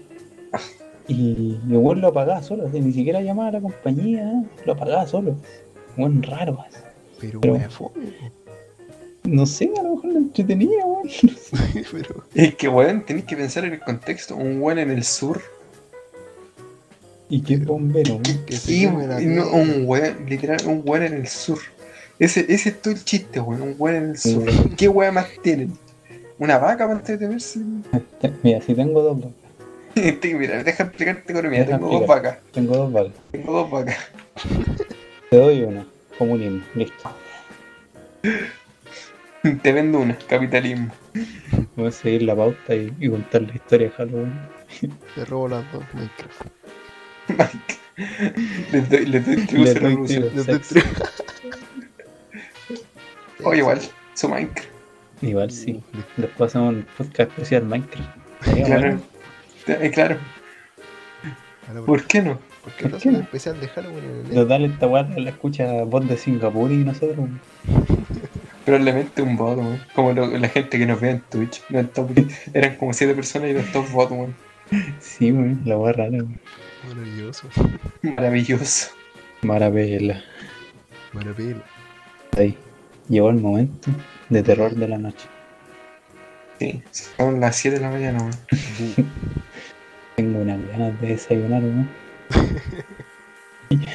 [SPEAKER 3] Y igual lo apagaba solo, así, ni siquiera llamaba a la compañía, lo apagaba solo. Buen raro, así.
[SPEAKER 2] Pero,
[SPEAKER 3] Pero-
[SPEAKER 2] wea, fome.
[SPEAKER 3] No sé, a lo mejor lo entretenía, weón.
[SPEAKER 2] Pero,
[SPEAKER 1] Es que, weón, tenéis que pensar en el contexto. Un weón en el sur.
[SPEAKER 3] Y qué bombero, weón.
[SPEAKER 2] que se
[SPEAKER 1] Y
[SPEAKER 2] queme
[SPEAKER 1] no,
[SPEAKER 2] la mierda.
[SPEAKER 1] un weón, literal, un weón en el sur. Ese, ese es todo el chiste, weón. Un weón en el sur.
[SPEAKER 3] Mm.
[SPEAKER 1] ¿Qué weón más tienen? ¿Una vaca para entretenerse?
[SPEAKER 3] Te- Mira, si tengo dos vacas,
[SPEAKER 1] Te- Este, Mira, deja explicarte economía.
[SPEAKER 3] Deja
[SPEAKER 1] Tengo dos
[SPEAKER 3] explicar.
[SPEAKER 1] vacas.
[SPEAKER 3] tengo dos vacas,
[SPEAKER 1] Tengo dos vacas.
[SPEAKER 3] te doy una, comunismo, listo.
[SPEAKER 1] Te vendo una. Capitalismo.
[SPEAKER 3] Voy a seguir la pauta y, y contar la historia de Halloween.
[SPEAKER 2] Te robo las dos Minecraft.
[SPEAKER 1] Les doy, les doy tributo
[SPEAKER 3] Les
[SPEAKER 1] a la
[SPEAKER 3] doy
[SPEAKER 1] revolución.
[SPEAKER 3] tributo.
[SPEAKER 2] Yo te
[SPEAKER 3] Sexy.
[SPEAKER 2] tri-
[SPEAKER 1] Oye, igual, su Minecraft.
[SPEAKER 3] Igual sí. Después hacemos un podcast especial Minecraft. Estaría
[SPEAKER 1] Claro.
[SPEAKER 3] bueno.
[SPEAKER 1] Eh, Claro,
[SPEAKER 2] Ahora, ¿Por,
[SPEAKER 1] ¿por qué no?
[SPEAKER 2] ¿por qué
[SPEAKER 3] ¿por
[SPEAKER 2] no
[SPEAKER 3] qué
[SPEAKER 2] hacen
[SPEAKER 3] no?
[SPEAKER 2] especial de Halloween en enero?
[SPEAKER 3] Nos dale esta weá, la escucha voz de Singapur y nosotros. weón.
[SPEAKER 1] Probablemente un bot, weón. Como lo- la gente que nos ve en Twitch. No, en top- eran como siete personas y los dos bots, weón.
[SPEAKER 3] Sí, weón, la weá rara, weón.
[SPEAKER 2] Maravilloso.
[SPEAKER 1] Maravilloso.
[SPEAKER 3] Maravilla.
[SPEAKER 2] Maravilla.
[SPEAKER 3] Ahí. Llegó el momento de terror de la noche.
[SPEAKER 1] Sí, son las 7 de la mañana, weón.
[SPEAKER 3] Tengo unas ganas de desayunar, weón.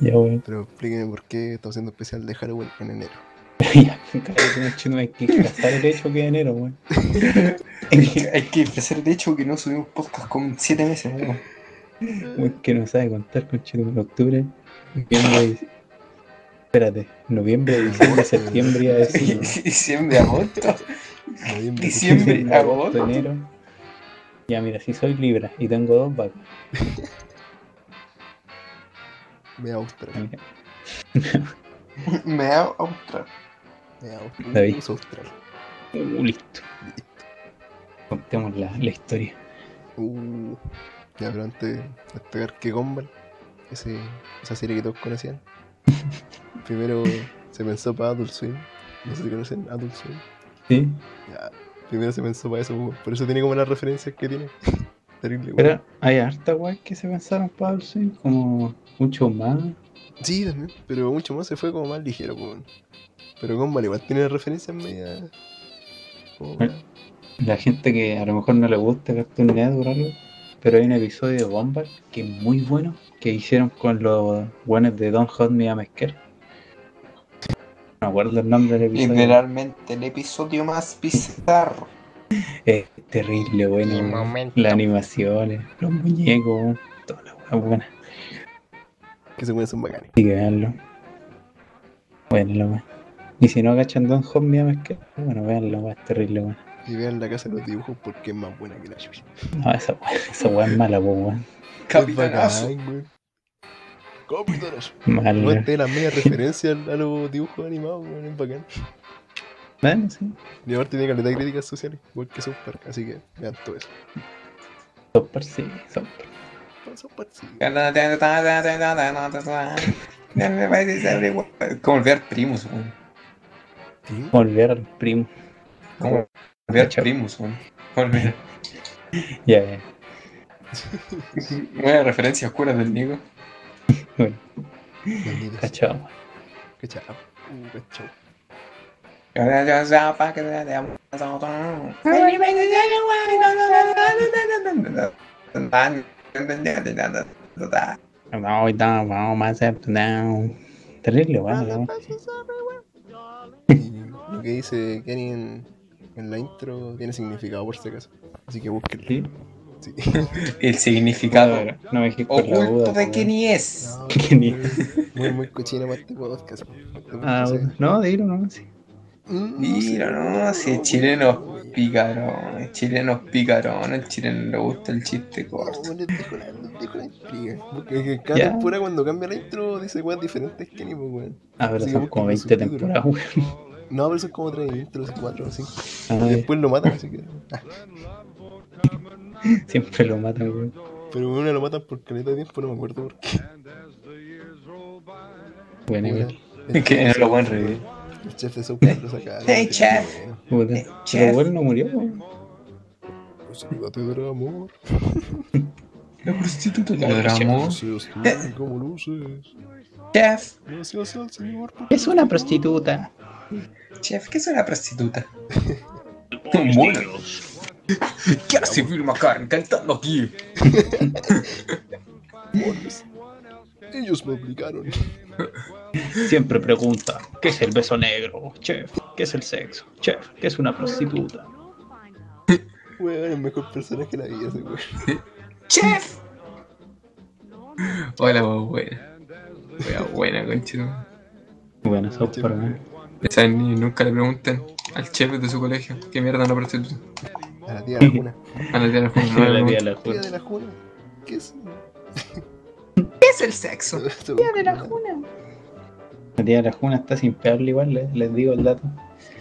[SPEAKER 3] ya, weón.
[SPEAKER 2] Pero explíquenme por qué estamos haciendo especial de Halloween en enero.
[SPEAKER 3] Ya, cállate, no, chino, hay que casar el hecho que de enero, weón.
[SPEAKER 1] Hay que- Hay que empezar el hecho que no subimos podcast con 7 meses, weón.
[SPEAKER 3] Weón, que no sabe contar con chino en octubre, noviembre y... Espérate, noviembre, diciembre, septiembre, ya decir.
[SPEAKER 1] Diciembre, agosto.
[SPEAKER 2] Noviembre,
[SPEAKER 1] Diciembre.
[SPEAKER 3] Diciembre, agosto,
[SPEAKER 1] agosto.
[SPEAKER 3] enero. Ya, mira, si soy libra y tengo dos vacas,
[SPEAKER 2] Me da Austral.
[SPEAKER 3] mira,
[SPEAKER 1] Me da a mostrar.
[SPEAKER 2] Me da Austral.
[SPEAKER 3] David.
[SPEAKER 2] Uso Austral.
[SPEAKER 3] uh, listo. Contemos la, la historia.
[SPEAKER 2] Uh. Ya, pero antes de destacar que Gumball, ese, esa serie que todos conocían, primero se pensó para Adult Swim. No sé si conocen Adult Swim.
[SPEAKER 3] ¿Sí?
[SPEAKER 2] Ya, primero se pensó para eso, pues, por eso tiene como las referencias que tiene. Terrible, weón.
[SPEAKER 3] Pero hay harta weón que se pensaron para el swing, como mucho más.
[SPEAKER 2] Sí, también, pero mucho más se fue como más ligero, pues. weón. Pero Gumball igual tiene referencias media. como-
[SPEAKER 3] Bueno. La gente que a lo mejor no le gusta Cartoon Network o algo, pero hay un episodio de Bombard que es muy bueno, que hicieron con los buenos de Don Hot Me a Mesker. No me acuerdo el nombre del episodio.
[SPEAKER 1] Literalmente, el episodio más bizarro.
[SPEAKER 3] Es terrible, bueno.
[SPEAKER 1] Un
[SPEAKER 3] weón.
[SPEAKER 1] momento.
[SPEAKER 3] Las animaciones, los muñecos, weón, toda la weá buena.
[SPEAKER 2] que se pueden son bacanes.
[SPEAKER 3] Hay que veanlo. Bueno, la weá. Y si no cachan Don Hot Me a Mesker, bueno, veanlo, weá, es terrible, weón.
[SPEAKER 2] Y vean la casa de los dibujos porque es más buena que la chucha.
[SPEAKER 3] No, esa weá, esa weá es mala, pues, weón.
[SPEAKER 1] Capitanazo.
[SPEAKER 2] Es bacán, weón. Capitanazo.
[SPEAKER 3] Mala.
[SPEAKER 2] No este las medias referencias a los dibujos animados, weón, es bacán.
[SPEAKER 3] Bueno, sí.
[SPEAKER 2] Y aparte tiene calidad de críticas sociales, igual que Super, así que vean todo eso.
[SPEAKER 3] Son par- sí, son par-
[SPEAKER 2] Ah, Super, sí.
[SPEAKER 1] Como olvidar primos, weón.
[SPEAKER 2] Sí.
[SPEAKER 3] Volver al primo.
[SPEAKER 1] Como olvidar
[SPEAKER 3] Chao.
[SPEAKER 1] primos, weón. Como olvidar-
[SPEAKER 3] Ya, ya.
[SPEAKER 1] Buena referencia oscura del Nico.
[SPEAKER 2] Maldito sea.
[SPEAKER 3] Cachado. weón.
[SPEAKER 2] Cachao. Uh, cachao.
[SPEAKER 3] No, no, vamos más up down. Terrible, weón. la weón.
[SPEAKER 2] Y Lo que dice Kenny en, en la intro tiene significado por si acaso. Así que búsquenlo.
[SPEAKER 3] Sí.
[SPEAKER 2] Sí.
[SPEAKER 1] El significado
[SPEAKER 3] Pero No me dijiste por la
[SPEAKER 1] oculto
[SPEAKER 3] duda.
[SPEAKER 1] de
[SPEAKER 3] po,
[SPEAKER 1] que
[SPEAKER 3] weón.
[SPEAKER 1] ni es.
[SPEAKER 2] No,
[SPEAKER 3] Kenny.
[SPEAKER 2] Muy, muy cochino para este podcast.
[SPEAKER 3] Ah,
[SPEAKER 2] Entonces,
[SPEAKER 3] no, dilo, no, sí.
[SPEAKER 4] Mira, no, si es chileno es picarón, es chileno es picarón, al chileno le gusta el chiste corto.
[SPEAKER 2] Porque cada
[SPEAKER 3] Ya.
[SPEAKER 2] temporada cuando cambia la intro dice weas diferentes que ni pues weón.
[SPEAKER 3] Ah, pero
[SPEAKER 2] Sí,
[SPEAKER 3] son
[SPEAKER 2] busquen
[SPEAKER 3] como
[SPEAKER 2] los
[SPEAKER 3] 20
[SPEAKER 2] subtítulos.
[SPEAKER 3] temporadas, weón.
[SPEAKER 2] No, pero son como tres intros, cuatro, cinco.
[SPEAKER 3] Ah,
[SPEAKER 2] Y después lo matan, así que.
[SPEAKER 3] ya, Siempre lo matan, weón.
[SPEAKER 2] Pero una lo matan por caleta de tiempo, no me acuerdo por qué.
[SPEAKER 3] Bueno, igual.
[SPEAKER 2] El
[SPEAKER 4] Que no lo pueden revivir.
[SPEAKER 2] el chef de South Park lo sacaron.
[SPEAKER 4] Hey, chef.
[SPEAKER 2] Bueno,
[SPEAKER 3] Puta.
[SPEAKER 4] Eh,
[SPEAKER 3] Pero
[SPEAKER 4] chef.
[SPEAKER 3] bueno, no murió, weón.
[SPEAKER 2] Saludate de amor.
[SPEAKER 4] La prostituta la drama.
[SPEAKER 2] Gracias, tú, ¿Cómo luces?
[SPEAKER 4] Chef,
[SPEAKER 2] Gracias al señor. por-
[SPEAKER 3] Es una prostituta.
[SPEAKER 4] chef, ¿qué es una prostituta? Bueno. Quiero servir McCartney cantando aquí.
[SPEAKER 2] Pobres. Ellos me obligaron.
[SPEAKER 3] Siempre pregunta, ¿qué es el beso negro? Chef, ¿qué es el sexo? Chef, ¿qué es una prostituta?
[SPEAKER 2] Weón, el mejor personaje de la vida ese weón.
[SPEAKER 4] ¡Chef! Hola, vos, buena. Wea buena, conchito.
[SPEAKER 3] Bueno, eso es para mí.
[SPEAKER 4] Esa ni nunca le preguntan al chef de su colegio qué mierda no prostituta.
[SPEAKER 2] A la tía de la juna.
[SPEAKER 4] A la tía de la Juana, no le
[SPEAKER 3] La tía de
[SPEAKER 2] Tía
[SPEAKER 3] la
[SPEAKER 4] preguntan.
[SPEAKER 3] Juna.
[SPEAKER 2] de la juna. ¿Qué es?
[SPEAKER 4] ¿Qué es el sexo?
[SPEAKER 2] Tía de la juna.
[SPEAKER 3] La tía de la Juna está sin pegarle igual, les, les digo el dato.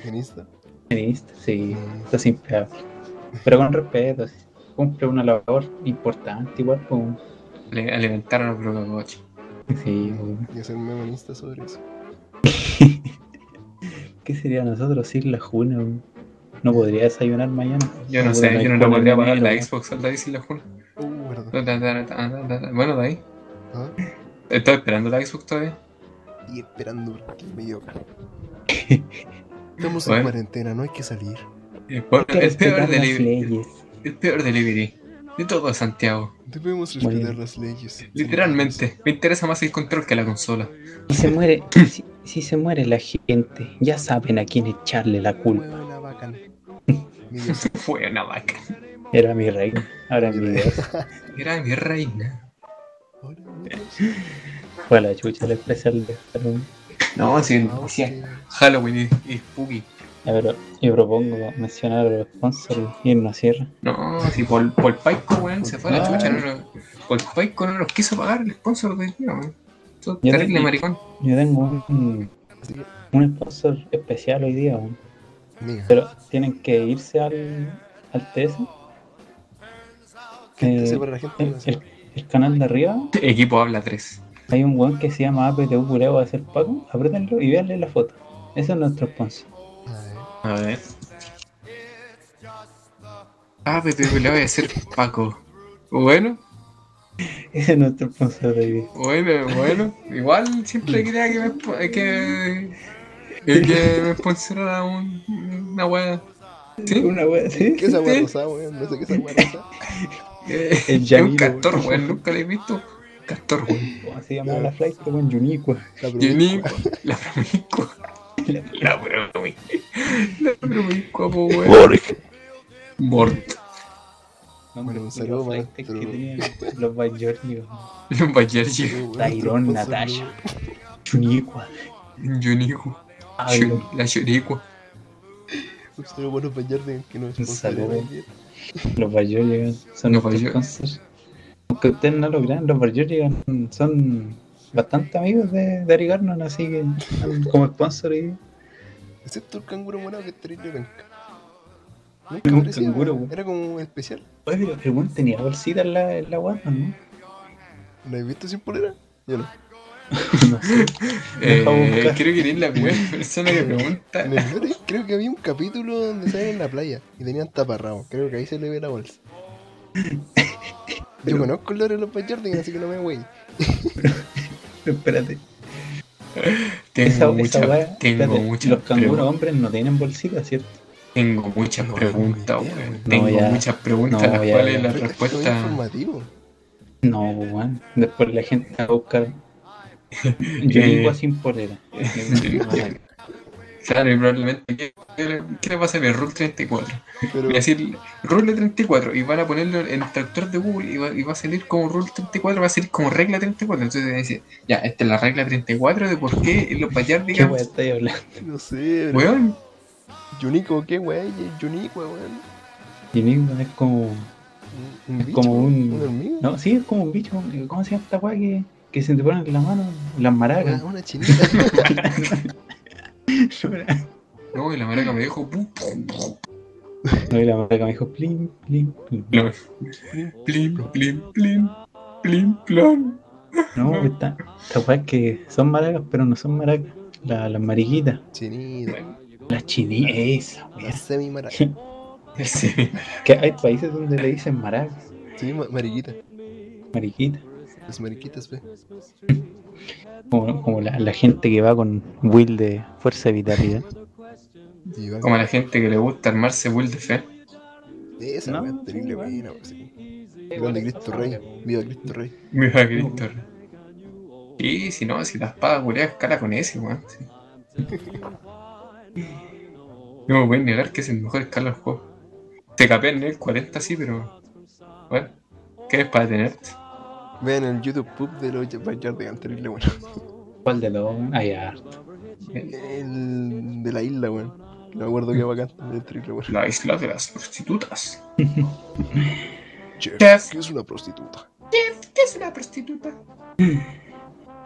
[SPEAKER 2] Feminista.
[SPEAKER 3] En Insta, sí, está sin pegarle. Pero con respeto, sí. cumple una labor importante igual. pues. Como...
[SPEAKER 4] Le alimentaron a Bruno Gochi.
[SPEAKER 3] Sí, bueno.
[SPEAKER 2] Y hacer memonista sobre eso.
[SPEAKER 3] ¿qué sería nosotros sin la Juna? bueno? No podría desayunar mañana.
[SPEAKER 4] Yo no
[SPEAKER 3] Puta,
[SPEAKER 4] sé,
[SPEAKER 3] hay
[SPEAKER 4] yo no le
[SPEAKER 3] Juna
[SPEAKER 4] podría pagar
[SPEAKER 3] ni
[SPEAKER 4] la
[SPEAKER 3] mierda,
[SPEAKER 4] Xbox al Daisy la Juna.
[SPEAKER 3] Ah.
[SPEAKER 2] Uh, verdad.
[SPEAKER 4] Bueno, de ahí.
[SPEAKER 2] ¿Ah?
[SPEAKER 4] Estoy esperando la Xbox todavía.
[SPEAKER 2] Y esperando porque me llora. Estamos en
[SPEAKER 4] Bueno.
[SPEAKER 2] cuarentena, no hay que salir.
[SPEAKER 4] El peor,
[SPEAKER 3] Hay que
[SPEAKER 4] el peor
[SPEAKER 3] respetar las
[SPEAKER 4] delivery.
[SPEAKER 3] leyes.
[SPEAKER 4] El peor delivery. De todo Santiago.
[SPEAKER 2] Debemos
[SPEAKER 3] Bueno.
[SPEAKER 2] respetar las leyes.
[SPEAKER 4] Literalmente. Me interesa más el control que la consola.
[SPEAKER 3] Si se muere, si, si se muere la gente, ya saben a quién echarle la culpa.
[SPEAKER 2] Huevona bacán. Mi Dios.
[SPEAKER 4] Fue una vaca.
[SPEAKER 3] Era mi reina, ahora es mi Dios.
[SPEAKER 4] Era mi reina.
[SPEAKER 2] Hola, mi Dios.
[SPEAKER 3] Fue la chucha el especial de Halloween.
[SPEAKER 4] No, si,
[SPEAKER 2] Ah,
[SPEAKER 4] si es
[SPEAKER 2] ok.
[SPEAKER 4] Halloween y, y Spooky.
[SPEAKER 3] Ya, pero yo propongo mencionar a los sponsors y irnos a cierre.
[SPEAKER 4] No, si Paul, Paul Paico, weón, se fue a la
[SPEAKER 3] Ah.
[SPEAKER 4] chucha. No, no, Paul Paico no nos quiso pagar el sponsor de día, weón. Todo
[SPEAKER 3] Yo
[SPEAKER 4] terrible
[SPEAKER 3] también.
[SPEAKER 4] maricón.
[SPEAKER 3] Yo tengo un,
[SPEAKER 2] Así que,
[SPEAKER 3] un sponsor especial hoy día, weón.
[SPEAKER 2] amiga,
[SPEAKER 3] pero tienen que irse al, al TS,
[SPEAKER 2] ¿qué te
[SPEAKER 3] eh,
[SPEAKER 2] hace para la gente?
[SPEAKER 3] el,
[SPEAKER 2] No sé.
[SPEAKER 3] el- el canal de arriba.
[SPEAKER 4] Equipo habla 3.
[SPEAKER 3] Hay un weón que se llama APTU Cureo de ser Paco. Apriétenlo y véanle la foto. Ese es nuestro sponsor.
[SPEAKER 2] A
[SPEAKER 4] A ver. Ah, pero le voy a decir Paco. Bueno,
[SPEAKER 3] Ese es nuestro sponsor de hoy día.
[SPEAKER 4] bueno, bueno. Igual siempre quería que me, espo- eh, que, eh, que me sponsorara un- una wea. ¿Sí?
[SPEAKER 3] Una wea así.
[SPEAKER 2] ver. ¿Qué es esa
[SPEAKER 4] Sí.
[SPEAKER 2] weá rosada, weón? No sé qué es esa weá rosada.
[SPEAKER 4] Eh,
[SPEAKER 3] El
[SPEAKER 4] es
[SPEAKER 3] Yamiro,
[SPEAKER 4] un castor,
[SPEAKER 3] weón.
[SPEAKER 4] weón. Nunca lo he visto. Castor, weón.
[SPEAKER 3] ¿Cómo se llamaba la flight? Con Yuniqua.
[SPEAKER 2] La
[SPEAKER 4] Tiene
[SPEAKER 2] promiscua.
[SPEAKER 4] la promiscua. La promiscua. La promiscua, po, weón. Mort.
[SPEAKER 2] Bueno, un saludo para
[SPEAKER 3] los
[SPEAKER 2] nuestro-
[SPEAKER 3] los Bajornios.
[SPEAKER 4] Los Bayerji.
[SPEAKER 2] Weón,
[SPEAKER 3] Tyrone,
[SPEAKER 2] otro sponsor,
[SPEAKER 3] Natasha.
[SPEAKER 2] weón.
[SPEAKER 3] Yuniqua.
[SPEAKER 4] Yunico.
[SPEAKER 3] Pablo.
[SPEAKER 4] La Yunico.
[SPEAKER 2] Un saludo para los Bayarden que nos
[SPEAKER 3] Un
[SPEAKER 2] sponsorean
[SPEAKER 3] saludo.
[SPEAKER 2] ayer.
[SPEAKER 3] Los Bajornios son los
[SPEAKER 4] Los Bajornios.
[SPEAKER 3] Bajornios. Aunque ustedes no lo crean, los Bajornios son bastante amigos de, de Ari Garnon, así que están como sponsor y
[SPEAKER 2] Excepto el canguro morado que es terrible penca. Nunca
[SPEAKER 3] Un
[SPEAKER 2] aparecía,
[SPEAKER 3] canguro,
[SPEAKER 2] weón.
[SPEAKER 3] weón.
[SPEAKER 2] Era como especial.
[SPEAKER 3] Oye, pero el weón tenía bolsita en la, en la guapa, ¿no?
[SPEAKER 2] ¿La has visto sin polera? Yo no.
[SPEAKER 3] No sé. Vamos a
[SPEAKER 4] Eh,
[SPEAKER 3] buscar.
[SPEAKER 4] creo que eres la primera persona que pregunta.
[SPEAKER 2] En el Lore, creo que había un capítulo donde salen en la playa y tenían taparrabos. Creo que ahí se le ve la bolsa. Yo conozco el lore de los Bajorden, así que no me güey.
[SPEAKER 3] Espérate. Esa,
[SPEAKER 4] Tengo
[SPEAKER 3] esa
[SPEAKER 4] muchas
[SPEAKER 3] weá.
[SPEAKER 4] tengo
[SPEAKER 3] espérate,
[SPEAKER 4] muchas
[SPEAKER 3] Los canguros
[SPEAKER 4] preguntas.
[SPEAKER 3] hombres no tienen bolsita, ¿cierto?
[SPEAKER 4] Tengo muchas
[SPEAKER 2] No, no,
[SPEAKER 4] preguntas, weón.
[SPEAKER 2] no,
[SPEAKER 4] Tengo
[SPEAKER 3] ya.
[SPEAKER 4] muchas preguntas a
[SPEAKER 3] No,
[SPEAKER 4] las
[SPEAKER 3] ya,
[SPEAKER 4] cuales
[SPEAKER 3] ya.
[SPEAKER 4] la
[SPEAKER 2] Pero esto es
[SPEAKER 4] respuesta.
[SPEAKER 2] informativo.
[SPEAKER 3] No, weón. Después la gente va a buscar. Yo digo sin polera.
[SPEAKER 4] Claro, y probablemente. ¿Qué qué le qué le pasa a mi Rule 34?
[SPEAKER 2] Pero
[SPEAKER 4] Voy a decir Rule 34 y van a ponerlo en el traductor de Google y va, y va a salir como Rule 34, va a salir como regla 34. Entonces voy a decir, ya, esta es la regla 34 de por qué los
[SPEAKER 3] ¿Qué
[SPEAKER 4] payardicas.
[SPEAKER 3] weón estáis hablando?
[SPEAKER 2] no sé, pero
[SPEAKER 4] Weón,
[SPEAKER 2] Yunico, ¿qué wey? Es Yunico, weón.
[SPEAKER 3] Y mismo es como.
[SPEAKER 2] Un, un
[SPEAKER 3] Es
[SPEAKER 2] bicho,
[SPEAKER 3] como un-
[SPEAKER 2] Una hormiga.
[SPEAKER 3] No, sí, es como un bicho. ¿Cómo se llama esta weá que, que se te ponen en las manos? Las maracas.
[SPEAKER 2] Una, una chinita.
[SPEAKER 4] No, y la maraca me dejó. pu- pu- pu-
[SPEAKER 3] no, y la maraca me dijo plin, plin, plin.
[SPEAKER 4] la- Plim, plim, plim, plim, plom.
[SPEAKER 3] No, está. Esta weá que son maracas, pero no son maracas. La- las mariquitas.
[SPEAKER 2] chinita.
[SPEAKER 3] Las chinitas. Esa,
[SPEAKER 2] Una
[SPEAKER 3] weá.
[SPEAKER 2] semi maraca.
[SPEAKER 4] Sí.
[SPEAKER 3] Que hay países donde le dicen maracas.
[SPEAKER 2] Sí, ma- mariquita.
[SPEAKER 3] Mariquita.
[SPEAKER 2] Las mariquitas, wey.
[SPEAKER 3] Como, como la, la gente que va con Will de Fuerza de Vitalidad.
[SPEAKER 2] Y van-
[SPEAKER 4] Como a la gente que le gusta armarse bull de fe.
[SPEAKER 2] Esa
[SPEAKER 3] No,
[SPEAKER 2] weá es
[SPEAKER 3] sí,
[SPEAKER 2] terrible
[SPEAKER 3] weón.
[SPEAKER 2] buena, weón. sí. Grande Cristo Rey. Viva Cristo Rey.
[SPEAKER 4] Viva Cristo. Y si no, si la espada culea es cara con ese, weón. sí. No me pueden negar que es el mejor escala del juego. Te capé en el 40, sí, pero. Bueno, ¿qué es para detenerte?
[SPEAKER 2] Vean el YouTube Pub de los Backyardigans, terrible bueno.
[SPEAKER 3] ¿Cuál de los? Ah, ya.
[SPEAKER 2] El de la isla, weón. No me acuerdo qué bacán, pero es terrible bueno.
[SPEAKER 4] La isla de las prostitutas.
[SPEAKER 2] Chef,
[SPEAKER 4] Chef.
[SPEAKER 2] que es una prostituta.
[SPEAKER 4] ¿Qué es una prostituta?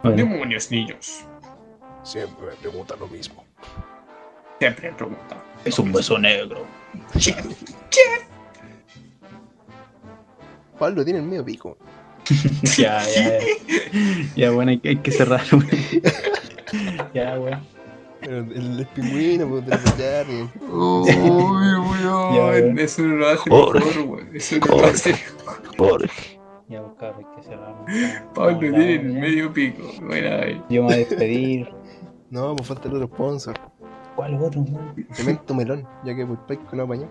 [SPEAKER 3] Bueno,
[SPEAKER 4] Demonios, niños.
[SPEAKER 2] Siempre me pregunta lo mismo.
[SPEAKER 4] Siempre preguntan.
[SPEAKER 3] es un beso negro.
[SPEAKER 2] Pablo tiene el medio pico.
[SPEAKER 3] ya, ya, ya. Ya, bueno, hay que, hay que cerrar, weón. ya, weón.
[SPEAKER 2] Pero El, el pingüino, pues, de los Backyardigans.
[SPEAKER 4] Uy, weón.
[SPEAKER 3] Ya,
[SPEAKER 4] Eso no lo hace mejor, weón. Eso no lo hace.
[SPEAKER 3] Ya, pues, cabrón, hay que cerrar. weón.
[SPEAKER 4] Pablo
[SPEAKER 3] Estamos
[SPEAKER 4] tiene el
[SPEAKER 3] hablando, ya.
[SPEAKER 4] medio pico. Bueno, ahí.
[SPEAKER 3] Yo me voy a despedir.
[SPEAKER 2] No, pues falta el otro sponsor.
[SPEAKER 3] ¿Cuál otro, weón?
[SPEAKER 2] Cemento melón, ya que por Paico no apañó.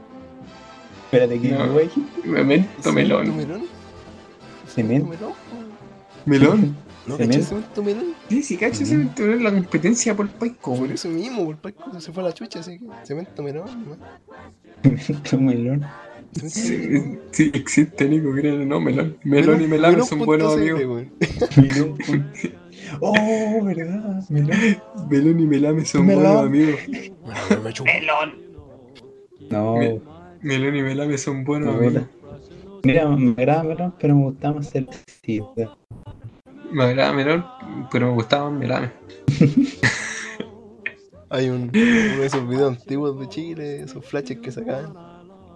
[SPEAKER 3] Espérate, que
[SPEAKER 4] No.
[SPEAKER 3] güey.
[SPEAKER 4] Memento
[SPEAKER 2] ¿Cemento
[SPEAKER 4] melón.
[SPEAKER 2] melón?
[SPEAKER 3] Cemento.
[SPEAKER 2] melón?
[SPEAKER 4] ¿Melón?
[SPEAKER 2] ¿No
[SPEAKER 3] Cemento.
[SPEAKER 2] caché cemento melón?
[SPEAKER 4] Sí, sí, cacho, se
[SPEAKER 3] Melón.
[SPEAKER 4] metió en la competencia por Paico,
[SPEAKER 2] Por
[SPEAKER 4] weón.
[SPEAKER 2] eso mismo, pues, por Paico se fue a la chucha, así que cemento melón, weón.
[SPEAKER 3] Cemento
[SPEAKER 2] Cemento melón.
[SPEAKER 3] melón.
[SPEAKER 4] Sí, sí, existe, Nico, míralo, no, melón. Melón y melano son
[SPEAKER 2] punto
[SPEAKER 4] buenos
[SPEAKER 2] CL,
[SPEAKER 4] amigos.
[SPEAKER 2] weón.
[SPEAKER 3] Melón. Oh, verdad. Melón.
[SPEAKER 4] Melón y melame son
[SPEAKER 3] Melón.
[SPEAKER 4] buenos amigos.
[SPEAKER 2] Bueno, me chupo.
[SPEAKER 3] No,
[SPEAKER 4] Me- Melón y melame son buenos amigos.
[SPEAKER 3] puta. Mira, me agrada melón, pero me gustaba más el tío.
[SPEAKER 4] Me agrada melón, pero me gustaba más melame.
[SPEAKER 2] Hay un, uno de esos videos antiguos de Chile, esos flashes que sacaban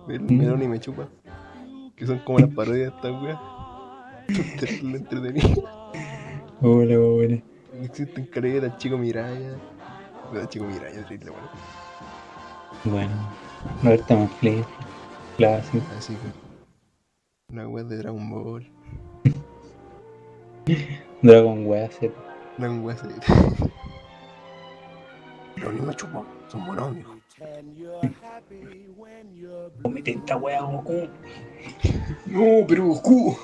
[SPEAKER 2] del
[SPEAKER 3] Mm.
[SPEAKER 2] Melón y me chupa, que son como las parodias de estas weas. Son Lo entretenido.
[SPEAKER 3] Hola, hola.
[SPEAKER 2] Existen caletas, chico Miraya. Pero chico Miraya, terrible, bueno.
[SPEAKER 3] Bueno, Roberto Manfred, clásico.
[SPEAKER 2] Así que. Ah, Una wea de Dragon Ball.
[SPEAKER 3] Dragon West.
[SPEAKER 2] Una wea de. Melón y me chupa, son buenos amigos.
[SPEAKER 3] Comete esta wea, Goku.
[SPEAKER 4] No, pero Goku.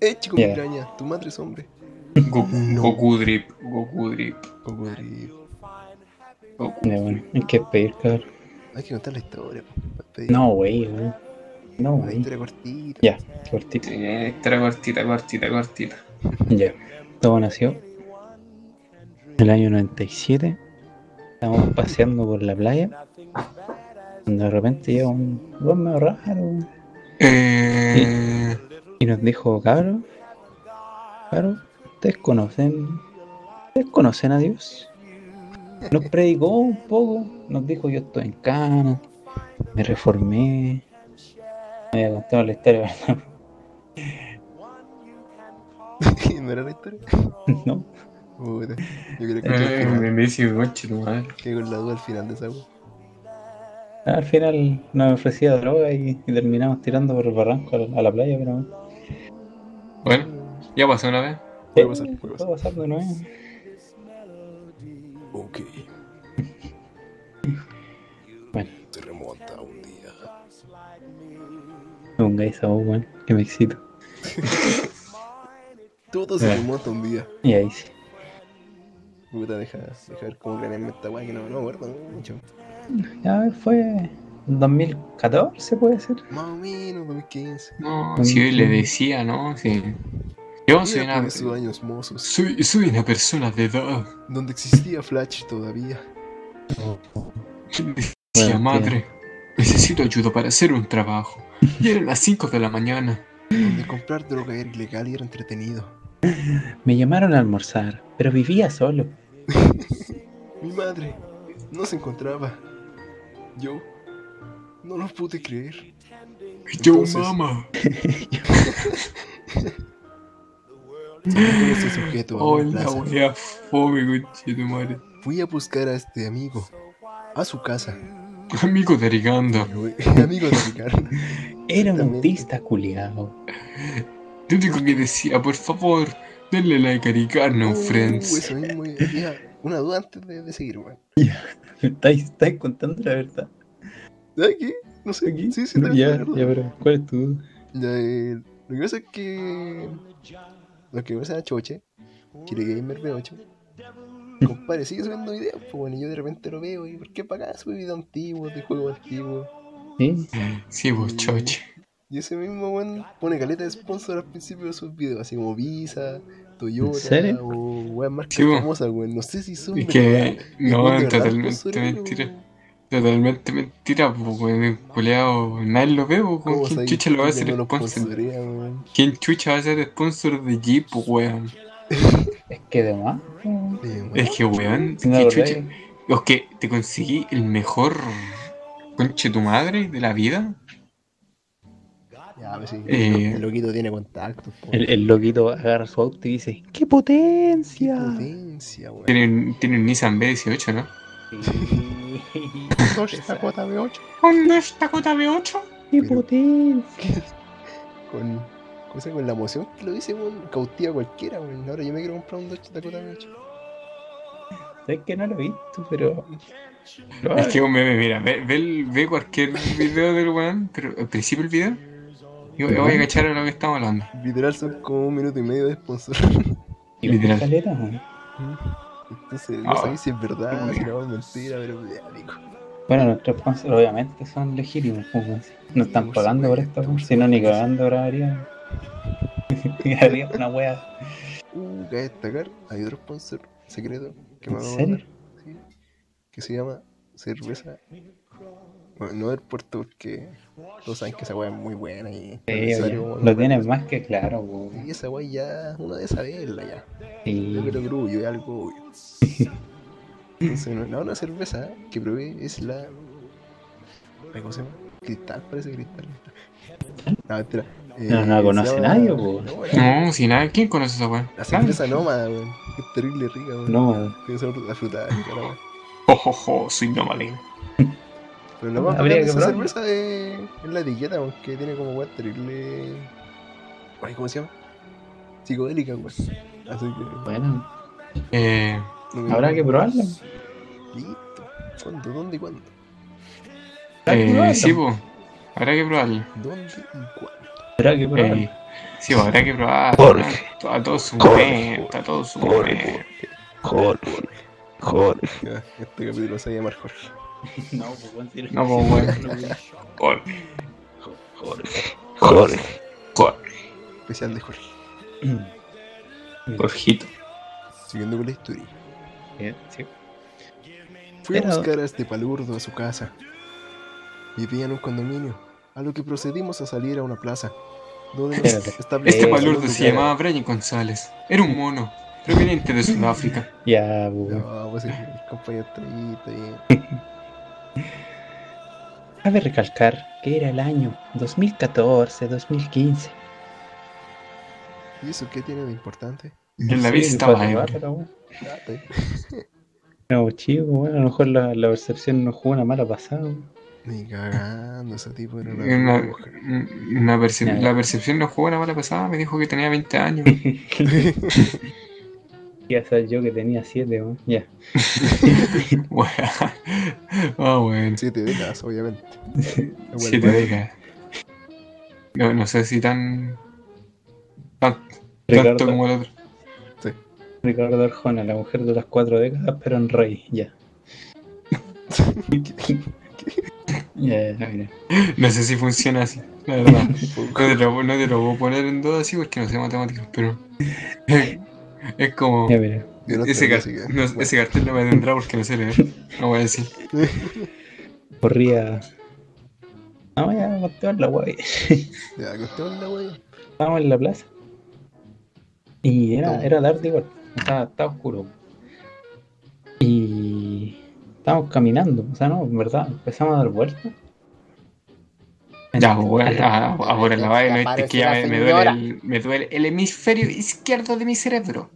[SPEAKER 2] Eh, chico
[SPEAKER 3] Ya.
[SPEAKER 2] Miraya, tu madre es hombre.
[SPEAKER 4] Goku, Goku Drip, Goku Drip,
[SPEAKER 2] Cocodrilo.
[SPEAKER 4] Goku.
[SPEAKER 3] Ya, bueno, hay que pedir, cabrón.
[SPEAKER 2] Hay que contar la historia. pa- pa-
[SPEAKER 3] No, wey, wey. No,
[SPEAKER 2] Una
[SPEAKER 3] wey.
[SPEAKER 2] historia cortita.
[SPEAKER 3] Ya, cortito.
[SPEAKER 4] Sí, extra cortita, cortita, cortita.
[SPEAKER 3] Ya. Todo nació en el año 97. Estábamos paseando por la playa. Cuando de repente llega un weón medio raro weón,
[SPEAKER 4] Eh,
[SPEAKER 3] y nos dijo, cabro, cabro, ¿ustedes conocen, ¿ustedes conocen a Dios? Nos predicó un poco, nos dijo, yo estoy en cana, me reformé, me había contado la historia, ¿verdad?
[SPEAKER 2] ¿No era la historia?
[SPEAKER 3] ¿no?
[SPEAKER 2] Puta, yo creo que,
[SPEAKER 4] eh,
[SPEAKER 2] yo creo
[SPEAKER 4] me dice, "Conche tu madre".
[SPEAKER 2] que quedé con la duda al final de esa wea.
[SPEAKER 3] Al final nos ofrecía droga y, y terminamos tirando por el barranco a la, a la playa, pero
[SPEAKER 4] Bueno, ya pasó una vez.
[SPEAKER 2] Puede pasar, puede
[SPEAKER 3] todo
[SPEAKER 2] pasar.
[SPEAKER 3] pasando, ¿no?
[SPEAKER 2] Ok,
[SPEAKER 3] Bueno,
[SPEAKER 2] se remonta un día.
[SPEAKER 3] me pongáis esa voz, weón, que me excito.
[SPEAKER 2] Todo se
[SPEAKER 4] Eh.
[SPEAKER 3] Ya.
[SPEAKER 2] remonta un día.
[SPEAKER 3] Y ahí sí.
[SPEAKER 2] Puta, deja, deja ver cómo planearme esta wea que no me acuerdo mucho.
[SPEAKER 3] Ya a ver, fue 2014, puede ser.
[SPEAKER 2] Más o menos 2015.
[SPEAKER 4] No, si hoy le decía, ¿no? Sí. Yo soy
[SPEAKER 2] Mira,
[SPEAKER 4] una,
[SPEAKER 2] por esos años mozos,
[SPEAKER 4] soy, soy una persona de edad.
[SPEAKER 2] donde existía Flash todavía.
[SPEAKER 4] Tía
[SPEAKER 3] Bueno,
[SPEAKER 4] madre, necesito ayuda para hacer un trabajo. Y eran las 5 de la mañana.
[SPEAKER 2] Donde comprar droga era ilegal y era entretenido.
[SPEAKER 3] Me llamaron a almorzar, pero vivía solo.
[SPEAKER 2] Mi madre no se encontraba. Yo no lo pude creer.
[SPEAKER 4] Y yo,
[SPEAKER 2] Entonces-
[SPEAKER 4] mamá.
[SPEAKER 2] Salí con ese sujeto a una
[SPEAKER 4] Hola,
[SPEAKER 2] plaza.
[SPEAKER 4] Oh, wea, fome, madre.
[SPEAKER 2] Fui a buscar a este amigo a su casa.
[SPEAKER 4] Amigo de Ariganda.
[SPEAKER 2] Lue- amigo de Ricardo.
[SPEAKER 3] Era un
[SPEAKER 2] También.
[SPEAKER 3] autista culiao.
[SPEAKER 4] Yo digo que decía, por favor, denle like a Ariganda,
[SPEAKER 2] Uh,
[SPEAKER 4] friends.
[SPEAKER 2] eso mismo, eh, ya, Una duda antes de, de seguir, weón.
[SPEAKER 3] ¿Me estáis, estáis contando la verdad?
[SPEAKER 2] ¿Sabes qué? No sé.
[SPEAKER 3] Aquí.
[SPEAKER 2] Sí, sí, te
[SPEAKER 3] ya,
[SPEAKER 2] acuerdo.
[SPEAKER 3] ya, pero ¿cuál es tu duda?
[SPEAKER 2] Ya, eh, lo que pasa es que. Lo que pasa es Choche, Chile Gamer B8, compadre, sigue subiendo videos, pues bueno, y yo de repente lo veo, y ¿por qué para acá sube videos antiguos, de juegos antiguos?
[SPEAKER 3] ¿Sí?
[SPEAKER 4] Sí, vos, choche.
[SPEAKER 2] Y ese mismo weón pone caleta de sponsor al principio de sus videos, así como Visa, Toyota,
[SPEAKER 3] serio?
[SPEAKER 2] o weón, marcas
[SPEAKER 4] Sí, weón.
[SPEAKER 2] famosas, weón, no sé si son.
[SPEAKER 4] Es que,
[SPEAKER 2] verdad. Y
[SPEAKER 4] no,
[SPEAKER 2] weón, de verdad,
[SPEAKER 4] totalmente
[SPEAKER 2] sponsorean,
[SPEAKER 4] mentira.
[SPEAKER 2] weón.
[SPEAKER 4] Totalmente mentira, pues, weón. el Culeado, nadie lo ve, pues,
[SPEAKER 2] ¿Cómo
[SPEAKER 4] weón. ¿Quién
[SPEAKER 2] sabéis
[SPEAKER 4] chucha lo va a
[SPEAKER 2] que
[SPEAKER 4] hacer
[SPEAKER 2] no los
[SPEAKER 4] sponsor? Eh,
[SPEAKER 2] sponsorean, weón?
[SPEAKER 4] ¿Quién chucha va a ser sponsor de Jeep, pues, weón?
[SPEAKER 3] Es que de más. po.
[SPEAKER 2] Eh, weón,
[SPEAKER 4] Es que, weón,
[SPEAKER 3] Si no
[SPEAKER 4] ¿quién
[SPEAKER 3] lo
[SPEAKER 4] chucha?
[SPEAKER 3] veis,
[SPEAKER 4] Es que te conseguí el mejor conche tu madre de la vida.
[SPEAKER 2] Ya, pues sí,
[SPEAKER 4] Eh.
[SPEAKER 2] el loquito tiene contactos, po.
[SPEAKER 3] el, el loquito agarra su auto y dice: ¡Qué potencia!
[SPEAKER 2] potencia, weón.
[SPEAKER 4] Tiene, un- tiene un Nissan B18, ¿no?
[SPEAKER 3] Sí.
[SPEAKER 2] Esa cuota de 8
[SPEAKER 4] ¿Dónde está Cota B8?
[SPEAKER 3] ¡Qué
[SPEAKER 2] Pero-
[SPEAKER 3] potencia!
[SPEAKER 2] Con, cosa con la emoción que lo dice, weón. Cautiva a cualquiera, weón. Ahora yo me quiero comprar un Dodge Dakota V8.
[SPEAKER 3] Es que no lo he visto, pero.
[SPEAKER 4] Es que un meme, mira, ve, ve, el- ve cualquier video del weón, pero al principio del video, yo yo voy a cachar a lo que estamos hablando.
[SPEAKER 2] Literal son como un minuto y medio de sponsor.
[SPEAKER 4] literal.
[SPEAKER 3] Caleta, man.
[SPEAKER 2] Entonces, no
[SPEAKER 4] Ah.
[SPEAKER 2] sabéis si es verdad, si no es mentira, pero ya, digo.
[SPEAKER 3] Bueno, nuestros sponsors obviamente son legítimos, pues, weón. no están
[SPEAKER 2] por
[SPEAKER 3] pagando por
[SPEAKER 2] supuesto,
[SPEAKER 3] esto,
[SPEAKER 2] por
[SPEAKER 3] pues, si no ni
[SPEAKER 2] supuesto.
[SPEAKER 3] cagando ahora harían. harían una wea.
[SPEAKER 2] Uh, cabe destacar, hay otro sponsor secreto que
[SPEAKER 3] ¿En
[SPEAKER 2] me va a
[SPEAKER 3] serio?
[SPEAKER 2] mandar, sí, que se llama Cerveza. Bueno, no del puerto porque todos saben que esa weá es muy buena y
[SPEAKER 3] Sí,
[SPEAKER 2] es
[SPEAKER 3] oye,
[SPEAKER 2] necesario como
[SPEAKER 3] lo
[SPEAKER 2] comprar-
[SPEAKER 3] tienen más que claro, weón.
[SPEAKER 2] Y esa weá ya, una de esas verla ya.
[SPEAKER 3] Sí.
[SPEAKER 2] Yo creo que orgullo es algo obvio. Entonces, no, la otra cerveza que probé es la. la ¿Cómo se llama? Cristal, parece cristal. No, mentira. Eh,
[SPEAKER 3] No, no la
[SPEAKER 2] se
[SPEAKER 3] conoce
[SPEAKER 2] llama-
[SPEAKER 3] nadie, po. Ah.
[SPEAKER 2] No, la,
[SPEAKER 4] No, si nada, ¿quién conoce esa weón?
[SPEAKER 2] la cerveza nómada, weón. Es terrible rica, weón.
[SPEAKER 3] No, weón.
[SPEAKER 2] Tiene sabor a fruta. y toda la weá.
[SPEAKER 4] Ojojo, Oh, soy nómade.
[SPEAKER 2] Pero lo más
[SPEAKER 3] Habría
[SPEAKER 2] bacán de
[SPEAKER 3] que
[SPEAKER 2] esa
[SPEAKER 3] probarla.
[SPEAKER 2] cerveza es, es la etiqueta, weón, que tiene como weón terrible. Ay, ¿cómo se llama? Psicodélica, weón. Así que.
[SPEAKER 3] bueno,
[SPEAKER 4] Eh,
[SPEAKER 2] no me-
[SPEAKER 3] habrá que probarlo.
[SPEAKER 2] Listo. ¿Cuándo? ¿Dónde y cuándo?
[SPEAKER 4] eh, sí, pues, habrá que probarlo.
[SPEAKER 2] ¿Dónde y cuándo?
[SPEAKER 3] Habrá que probarlo.
[SPEAKER 4] Eh, sí, pues, habrá que probar
[SPEAKER 5] Jorge.
[SPEAKER 4] a, a todo su
[SPEAKER 5] Jorge.
[SPEAKER 4] momento, a todo su momento.
[SPEAKER 5] Jorge, Jorge, Jorge.
[SPEAKER 2] Ya, Este capítulo se va a llamar Jorge.
[SPEAKER 3] No, pues, weón, si
[SPEAKER 4] No, pues, weón. Jorge.
[SPEAKER 5] Jorge, Jorge,
[SPEAKER 4] Jorge.
[SPEAKER 2] Especial de Jorge.
[SPEAKER 4] Jorgito.
[SPEAKER 2] Siguiendo con la historia.
[SPEAKER 3] Sí, sí.
[SPEAKER 2] Fui a
[SPEAKER 3] Pero-
[SPEAKER 2] buscar a este palurdo a su casa. Vivía en un condominio, a lo que procedimos a salir a una plaza. Donde nos
[SPEAKER 3] Espérate.
[SPEAKER 2] establecimos
[SPEAKER 4] Este
[SPEAKER 3] Eh,
[SPEAKER 4] palurdo
[SPEAKER 2] un
[SPEAKER 4] se
[SPEAKER 2] lugar.
[SPEAKER 4] llamaba Brian González. Era un mono, proveniente de Sudáfrica.
[SPEAKER 3] Ya, weón.
[SPEAKER 2] No, pues el el compañero está ahí, está ahí.
[SPEAKER 3] Cabe recalcar que era el año 2014, 2015.
[SPEAKER 2] ¿Y eso qué tiene de importante?
[SPEAKER 4] Yo en la
[SPEAKER 3] Sí,
[SPEAKER 4] vida estaba
[SPEAKER 3] para
[SPEAKER 4] ebrio.
[SPEAKER 3] probarlo, weón.
[SPEAKER 2] Ah, está ahí.
[SPEAKER 3] No, chico, bueno, a lo mejor la, la percepción nos jugó una mala pasada. weón.
[SPEAKER 2] Ni cagando, ese tipo era una
[SPEAKER 4] Una-
[SPEAKER 2] bruja.
[SPEAKER 4] una percep- la percepción no jugó una mala pasada, me dijo que tenía 20 años.
[SPEAKER 3] Ya sabes yo que tenía 7, weón. Ya.
[SPEAKER 4] Bueno. Ah, bueno.
[SPEAKER 2] Siete décadas, obviamente. La
[SPEAKER 4] Siete
[SPEAKER 2] cual-
[SPEAKER 4] décadas. No, no sé si tan. tan- tanto
[SPEAKER 3] Ricardo,
[SPEAKER 4] como el otro.
[SPEAKER 3] Ricardo Arjona, la mujer de las cuatro décadas, pero en rey, ya. ya, ya, mira.
[SPEAKER 4] No sé si funciona así, la verdad. No te lo, no te lo puedo poner en duda así porque no sé matemáticas, pero. Es como.
[SPEAKER 3] Ya, mira.
[SPEAKER 2] Yo no
[SPEAKER 4] Ese,
[SPEAKER 2] tengo,
[SPEAKER 4] car-
[SPEAKER 2] así que-
[SPEAKER 4] no,
[SPEAKER 2] bueno.
[SPEAKER 4] ese cartel no me tendrá porque no sé leer. No voy a decir.
[SPEAKER 3] corría. Vamos ya, contemos la wey.
[SPEAKER 2] Ya, contemos la wea.
[SPEAKER 3] Estábamos en la plaza. Y era,
[SPEAKER 2] No.
[SPEAKER 3] era tarde igual, estaba, estaba oscuro. Y estábamos caminando, o sea, no, en verdad, empezamos a dar vueltas.
[SPEAKER 4] Ya, weón, a- ahora la vaina es
[SPEAKER 2] Aparece
[SPEAKER 4] que ya
[SPEAKER 2] la
[SPEAKER 4] me, me duele
[SPEAKER 2] señora.
[SPEAKER 4] el, me duele el hemisferio izquierdo de mi cerebro.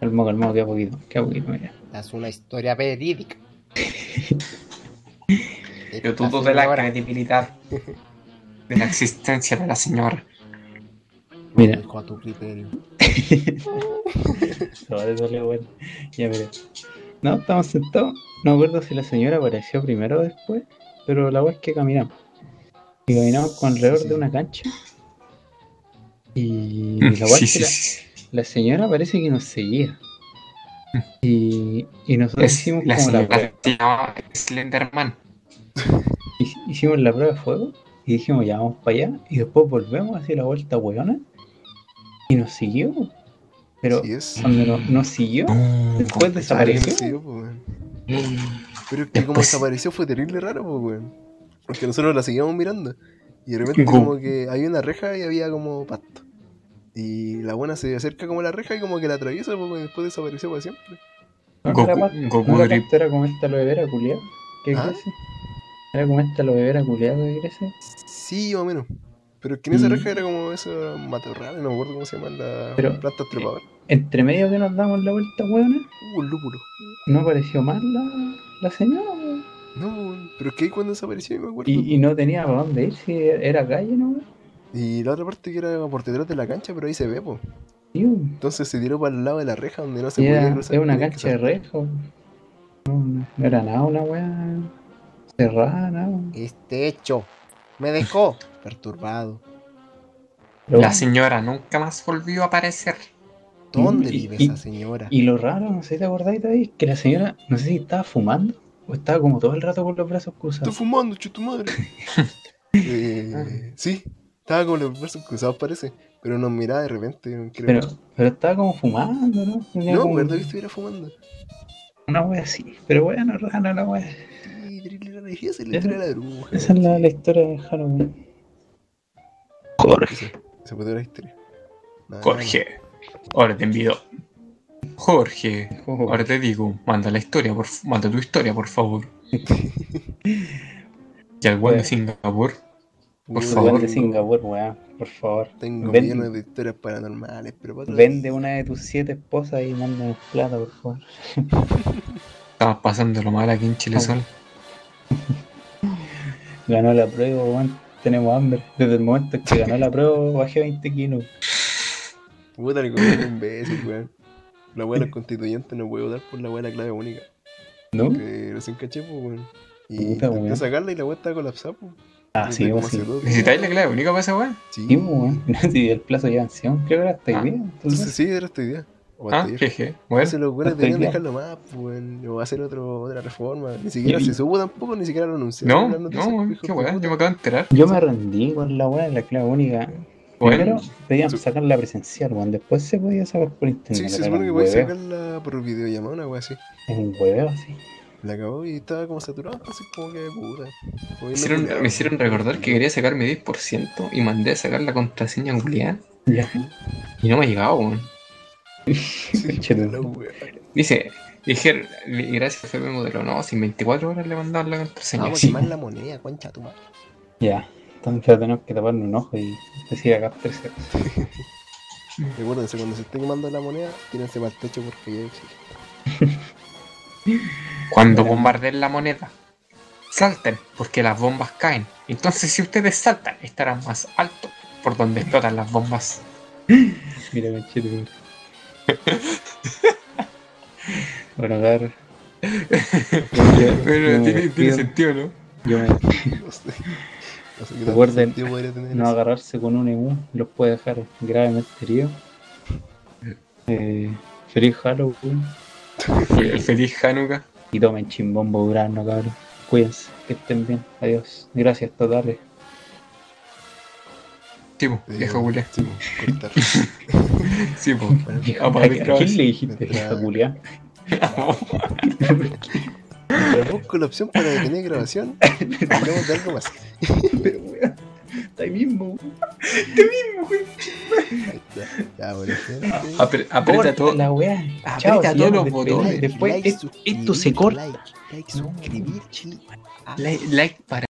[SPEAKER 3] Calmó, calmó, que a poquito, que a poquito, mira.
[SPEAKER 2] Es una historia verídica.
[SPEAKER 4] Yo
[SPEAKER 2] Esta
[SPEAKER 4] dudo de la
[SPEAKER 2] señora-
[SPEAKER 4] credibilidad de la existencia de la señora.
[SPEAKER 3] Mira.
[SPEAKER 2] Dejo a tu criterio.
[SPEAKER 3] No, de darle vuelta. Ya, mira. No, estamos sentados. No me acuerdo si la señora apareció primero o después, pero la wea es que caminamos. Y caminamos con alrededor
[SPEAKER 2] Sí.
[SPEAKER 3] de una cancha. Y
[SPEAKER 4] Mm,
[SPEAKER 3] la wea
[SPEAKER 4] Sí,
[SPEAKER 3] es que
[SPEAKER 4] sí,
[SPEAKER 3] la-
[SPEAKER 4] sí.
[SPEAKER 3] la señora parece que nos seguía. Y, y nosotros
[SPEAKER 4] Es
[SPEAKER 3] hicimos
[SPEAKER 4] la
[SPEAKER 3] como la
[SPEAKER 4] señora
[SPEAKER 3] prueba.
[SPEAKER 4] se llamaba Slenderman.
[SPEAKER 3] hic- Hicimos la prueba de fuego y dijimos ya vamos para allá. Y después volvemos hacia la vuelta weona. Y nos siguió. Pero
[SPEAKER 2] Sí es.
[SPEAKER 3] cuando nos, nos siguió, después desapareció.
[SPEAKER 2] Sí, po, weón. Pero
[SPEAKER 3] Eh,
[SPEAKER 2] es que como
[SPEAKER 3] pues,
[SPEAKER 4] Después-
[SPEAKER 2] desapareció fue terrible raro, pues, weón. Porque nosotros la seguíamos mirando. Y de repente
[SPEAKER 4] Gu-
[SPEAKER 2] como que había una reja y había como pasto. Y la buena se acerca como a la reja y como que la atraviesa, pues, weón. Después desapareció para siempre.
[SPEAKER 3] No, no
[SPEAKER 4] Goku-
[SPEAKER 3] era pasto,
[SPEAKER 4] Goku
[SPEAKER 3] no era
[SPEAKER 4] Drip.
[SPEAKER 3] pasto, era como esta aloe vera culiada que
[SPEAKER 2] ¿Ah?
[SPEAKER 3] crece. Era como esta aloe vera culiada que crece.
[SPEAKER 2] Sí, más o menos. Pero es que en esa
[SPEAKER 3] Y-
[SPEAKER 2] reja era como esos matorrales, no me acuerdo cómo se llaman las
[SPEAKER 3] Pero- eh,
[SPEAKER 2] plantas trepadoras.
[SPEAKER 3] Entre medio que nos damos la vuelta, weón,
[SPEAKER 2] Uh, el lúpulo.
[SPEAKER 3] no apareció más la, la señora, weón.
[SPEAKER 2] No, weón. pero es que ahí cuando desapareció, me acuerdo.
[SPEAKER 3] Y, y no tenía para dónde ir, si era calle, ¿no? weón?
[SPEAKER 2] Y la otra parte que era por detrás de la cancha, pero ahí se ve, pues.
[SPEAKER 3] Sí, weón.
[SPEAKER 2] Entonces se tiró para el lado de la reja donde no se
[SPEAKER 3] Y
[SPEAKER 2] podía
[SPEAKER 3] era,
[SPEAKER 2] cruzar.
[SPEAKER 3] era una
[SPEAKER 2] tenía que
[SPEAKER 3] cancha de rejo. weón. No, no era nada, una weá cerrada, nada. weón.
[SPEAKER 2] Este hecho me dejó perturbado.
[SPEAKER 3] Pero,
[SPEAKER 4] La señora nunca más volvió a aparecer.
[SPEAKER 2] ¿Dónde
[SPEAKER 3] Y-
[SPEAKER 2] vive
[SPEAKER 3] y-
[SPEAKER 2] esa señora?
[SPEAKER 3] Y lo raro, no sé si te acordáis, David, que la señora, no sé si estaba fumando o estaba como todo el rato con los brazos
[SPEAKER 2] Estoy
[SPEAKER 3] cruzados.
[SPEAKER 2] fumando, chuto madre. Eh, sí, estaba con los brazos cruzados, parece. Pero nos miraba de repente. Creo.
[SPEAKER 3] Pero, pero estaba como fumando, ¿no? Tenía
[SPEAKER 2] no me
[SPEAKER 3] como-
[SPEAKER 2] acuerdo que estuviera fumando.
[SPEAKER 3] Una wea así, pero bueno, raro la wea.
[SPEAKER 2] Sí, terrible raro. Y esa es la historia de la bruja.
[SPEAKER 3] Esa es la, la historia de Halloween.
[SPEAKER 6] Jorge,
[SPEAKER 2] Esa- esa fue toda la historia.
[SPEAKER 3] Ah.
[SPEAKER 2] Nada,
[SPEAKER 4] Jorge, ahora te envío. Jorge, ahora te digo, manda la historia, por, f- manda tu historia, por favor. y al guan de
[SPEAKER 3] Bueno.
[SPEAKER 4] Singapur,
[SPEAKER 2] nada.
[SPEAKER 4] por
[SPEAKER 2] Uy,
[SPEAKER 4] favor.
[SPEAKER 3] Igual de
[SPEAKER 2] tengo-
[SPEAKER 3] Singapur, weá, por favor.
[SPEAKER 2] Tengo
[SPEAKER 3] Ven-
[SPEAKER 2] millones de historias paranormales, pero para otro-
[SPEAKER 3] Vende una de tus siete esposas y manda plata, por favor.
[SPEAKER 4] estabas pasando lo mal aquí en
[SPEAKER 3] Ah.
[SPEAKER 4] Chilesol.
[SPEAKER 3] Ganó la prueba, weón. Tenemos hambre. Desde el momento en que ganó la prueba, bajé 20 kilos.
[SPEAKER 2] Puta, le comí un beso, weón. La weá de los constituyentes no puede votar por la weá de la clave única.
[SPEAKER 3] ¿No?
[SPEAKER 2] Que recién caché, pues, weón. Y
[SPEAKER 3] Puta,
[SPEAKER 2] intenté
[SPEAKER 3] weón.
[SPEAKER 2] sacarla y la weá estaba colapsada, pues.
[SPEAKER 3] Ah, sí,
[SPEAKER 2] como hace
[SPEAKER 3] sí.
[SPEAKER 2] dos días.
[SPEAKER 4] ¿Necesitáis la clave única para esa weá?
[SPEAKER 2] Sí.
[SPEAKER 3] Sí, pues, weón. Sí, el plazo ya anciano. Creo que era hasta
[SPEAKER 4] Ah,
[SPEAKER 3] hoy día. entonces.
[SPEAKER 2] Entonces Pues, sí, era esta idea. O hasta
[SPEAKER 4] Ah,
[SPEAKER 2] ayer.
[SPEAKER 4] jeje. Bueno,
[SPEAKER 2] Entonces los weones
[SPEAKER 3] hasta
[SPEAKER 2] tenían
[SPEAKER 3] hoy
[SPEAKER 2] que
[SPEAKER 3] día.
[SPEAKER 2] dejarlo más, pues, weón. O hacer otro, otra reforma. Ni siquiera
[SPEAKER 3] Y-
[SPEAKER 2] se supo tampoco, ni siquiera lo anunciaron.
[SPEAKER 4] no,
[SPEAKER 2] en las noticias,
[SPEAKER 4] no,
[SPEAKER 2] hijo
[SPEAKER 4] qué
[SPEAKER 2] de
[SPEAKER 4] weá, yo
[SPEAKER 2] puta.
[SPEAKER 4] me acabo de enterar.
[SPEAKER 3] Yo me rendí con la weá de la clave única. Primero
[SPEAKER 4] Bueno,
[SPEAKER 3] pedían
[SPEAKER 2] su-
[SPEAKER 3] sacar la presencial, weón. Después se podía sacar por internet.
[SPEAKER 2] Sí, se
[SPEAKER 3] era
[SPEAKER 2] supone que
[SPEAKER 3] un
[SPEAKER 2] podía
[SPEAKER 3] hueveo.
[SPEAKER 2] sacarla por videollamada, una weá así.
[SPEAKER 3] Es un hueveo así.
[SPEAKER 2] La acabó y estaba como saturada, así como que puta. Como
[SPEAKER 4] me
[SPEAKER 2] que
[SPEAKER 4] hicieron,
[SPEAKER 2] no
[SPEAKER 4] me hicieron recordar que quería sacar mi 10% y mandé a sacar la contraseña anguliada
[SPEAKER 3] Ya.
[SPEAKER 4] y no me ha llegado, weón.
[SPEAKER 2] Sí,
[SPEAKER 3] Chévere.
[SPEAKER 2] la wea.
[SPEAKER 4] Dice, dijeron, y gracias fue mi modelo, no, sin 24 horas le mandaban la contraseña.
[SPEAKER 2] Vamos a
[SPEAKER 4] Sí.
[SPEAKER 2] quemar la moneda, concha tu madre.
[SPEAKER 3] Ya, entonces tenemos que taparle un ojo y decir acá tres ceros.
[SPEAKER 2] Recuérdense, cuando se esté quemando la moneda, tírense para el techo porque ya existe.
[SPEAKER 4] Cuando
[SPEAKER 3] Bueno.
[SPEAKER 4] bombarden la moneda, salten porque las bombas caen. Entonces, si ustedes saltan, estarán más alto por donde explotan las bombas.
[SPEAKER 3] Mira, conchete. bueno, claro.
[SPEAKER 4] Pero tiene, tiene
[SPEAKER 3] Yo,
[SPEAKER 4] sentido, ¿no?
[SPEAKER 3] yo me
[SPEAKER 2] No sé. No sé qué tanto
[SPEAKER 3] Recuerden,
[SPEAKER 2] sentido podría tener
[SPEAKER 3] no
[SPEAKER 2] eso.
[SPEAKER 3] agarrarse con un EMU los puede dejar gravemente heridos. Eh, feliz Halloween
[SPEAKER 4] El feliz Hanukkah.
[SPEAKER 3] y tomen chimbombo durano, cabrón. Cuídense, que estén bien. Adiós. Gracias, totales.
[SPEAKER 4] Sí, po,
[SPEAKER 2] Te digo,
[SPEAKER 4] vieja culia.
[SPEAKER 2] Eh, Sí, po, cortar.
[SPEAKER 4] Sí,
[SPEAKER 2] Bueno,
[SPEAKER 4] po. Ah,
[SPEAKER 3] ¿A
[SPEAKER 4] para mí,
[SPEAKER 3] quién le dijiste,
[SPEAKER 2] Mientras-
[SPEAKER 3] vieja culia?
[SPEAKER 2] Pero busco la opción para detener grabación y hablamos de algo más.
[SPEAKER 3] Pero, weón, está ahí mismo. weón.
[SPEAKER 2] Ahí está. Ya, bueno, gente.
[SPEAKER 3] Ah,
[SPEAKER 4] Apre- aprieta
[SPEAKER 3] Corta
[SPEAKER 4] todo.
[SPEAKER 3] La weá.
[SPEAKER 4] aprieta
[SPEAKER 3] Chao, si ya
[SPEAKER 4] todos
[SPEAKER 3] nos
[SPEAKER 4] los
[SPEAKER 3] despedimos.
[SPEAKER 4] botones.
[SPEAKER 3] Después
[SPEAKER 2] Like,
[SPEAKER 3] esto-
[SPEAKER 2] suscribir,
[SPEAKER 3] esto se corta.
[SPEAKER 2] Like, like,
[SPEAKER 3] No.
[SPEAKER 2] suscribir, chi-
[SPEAKER 4] Like, like para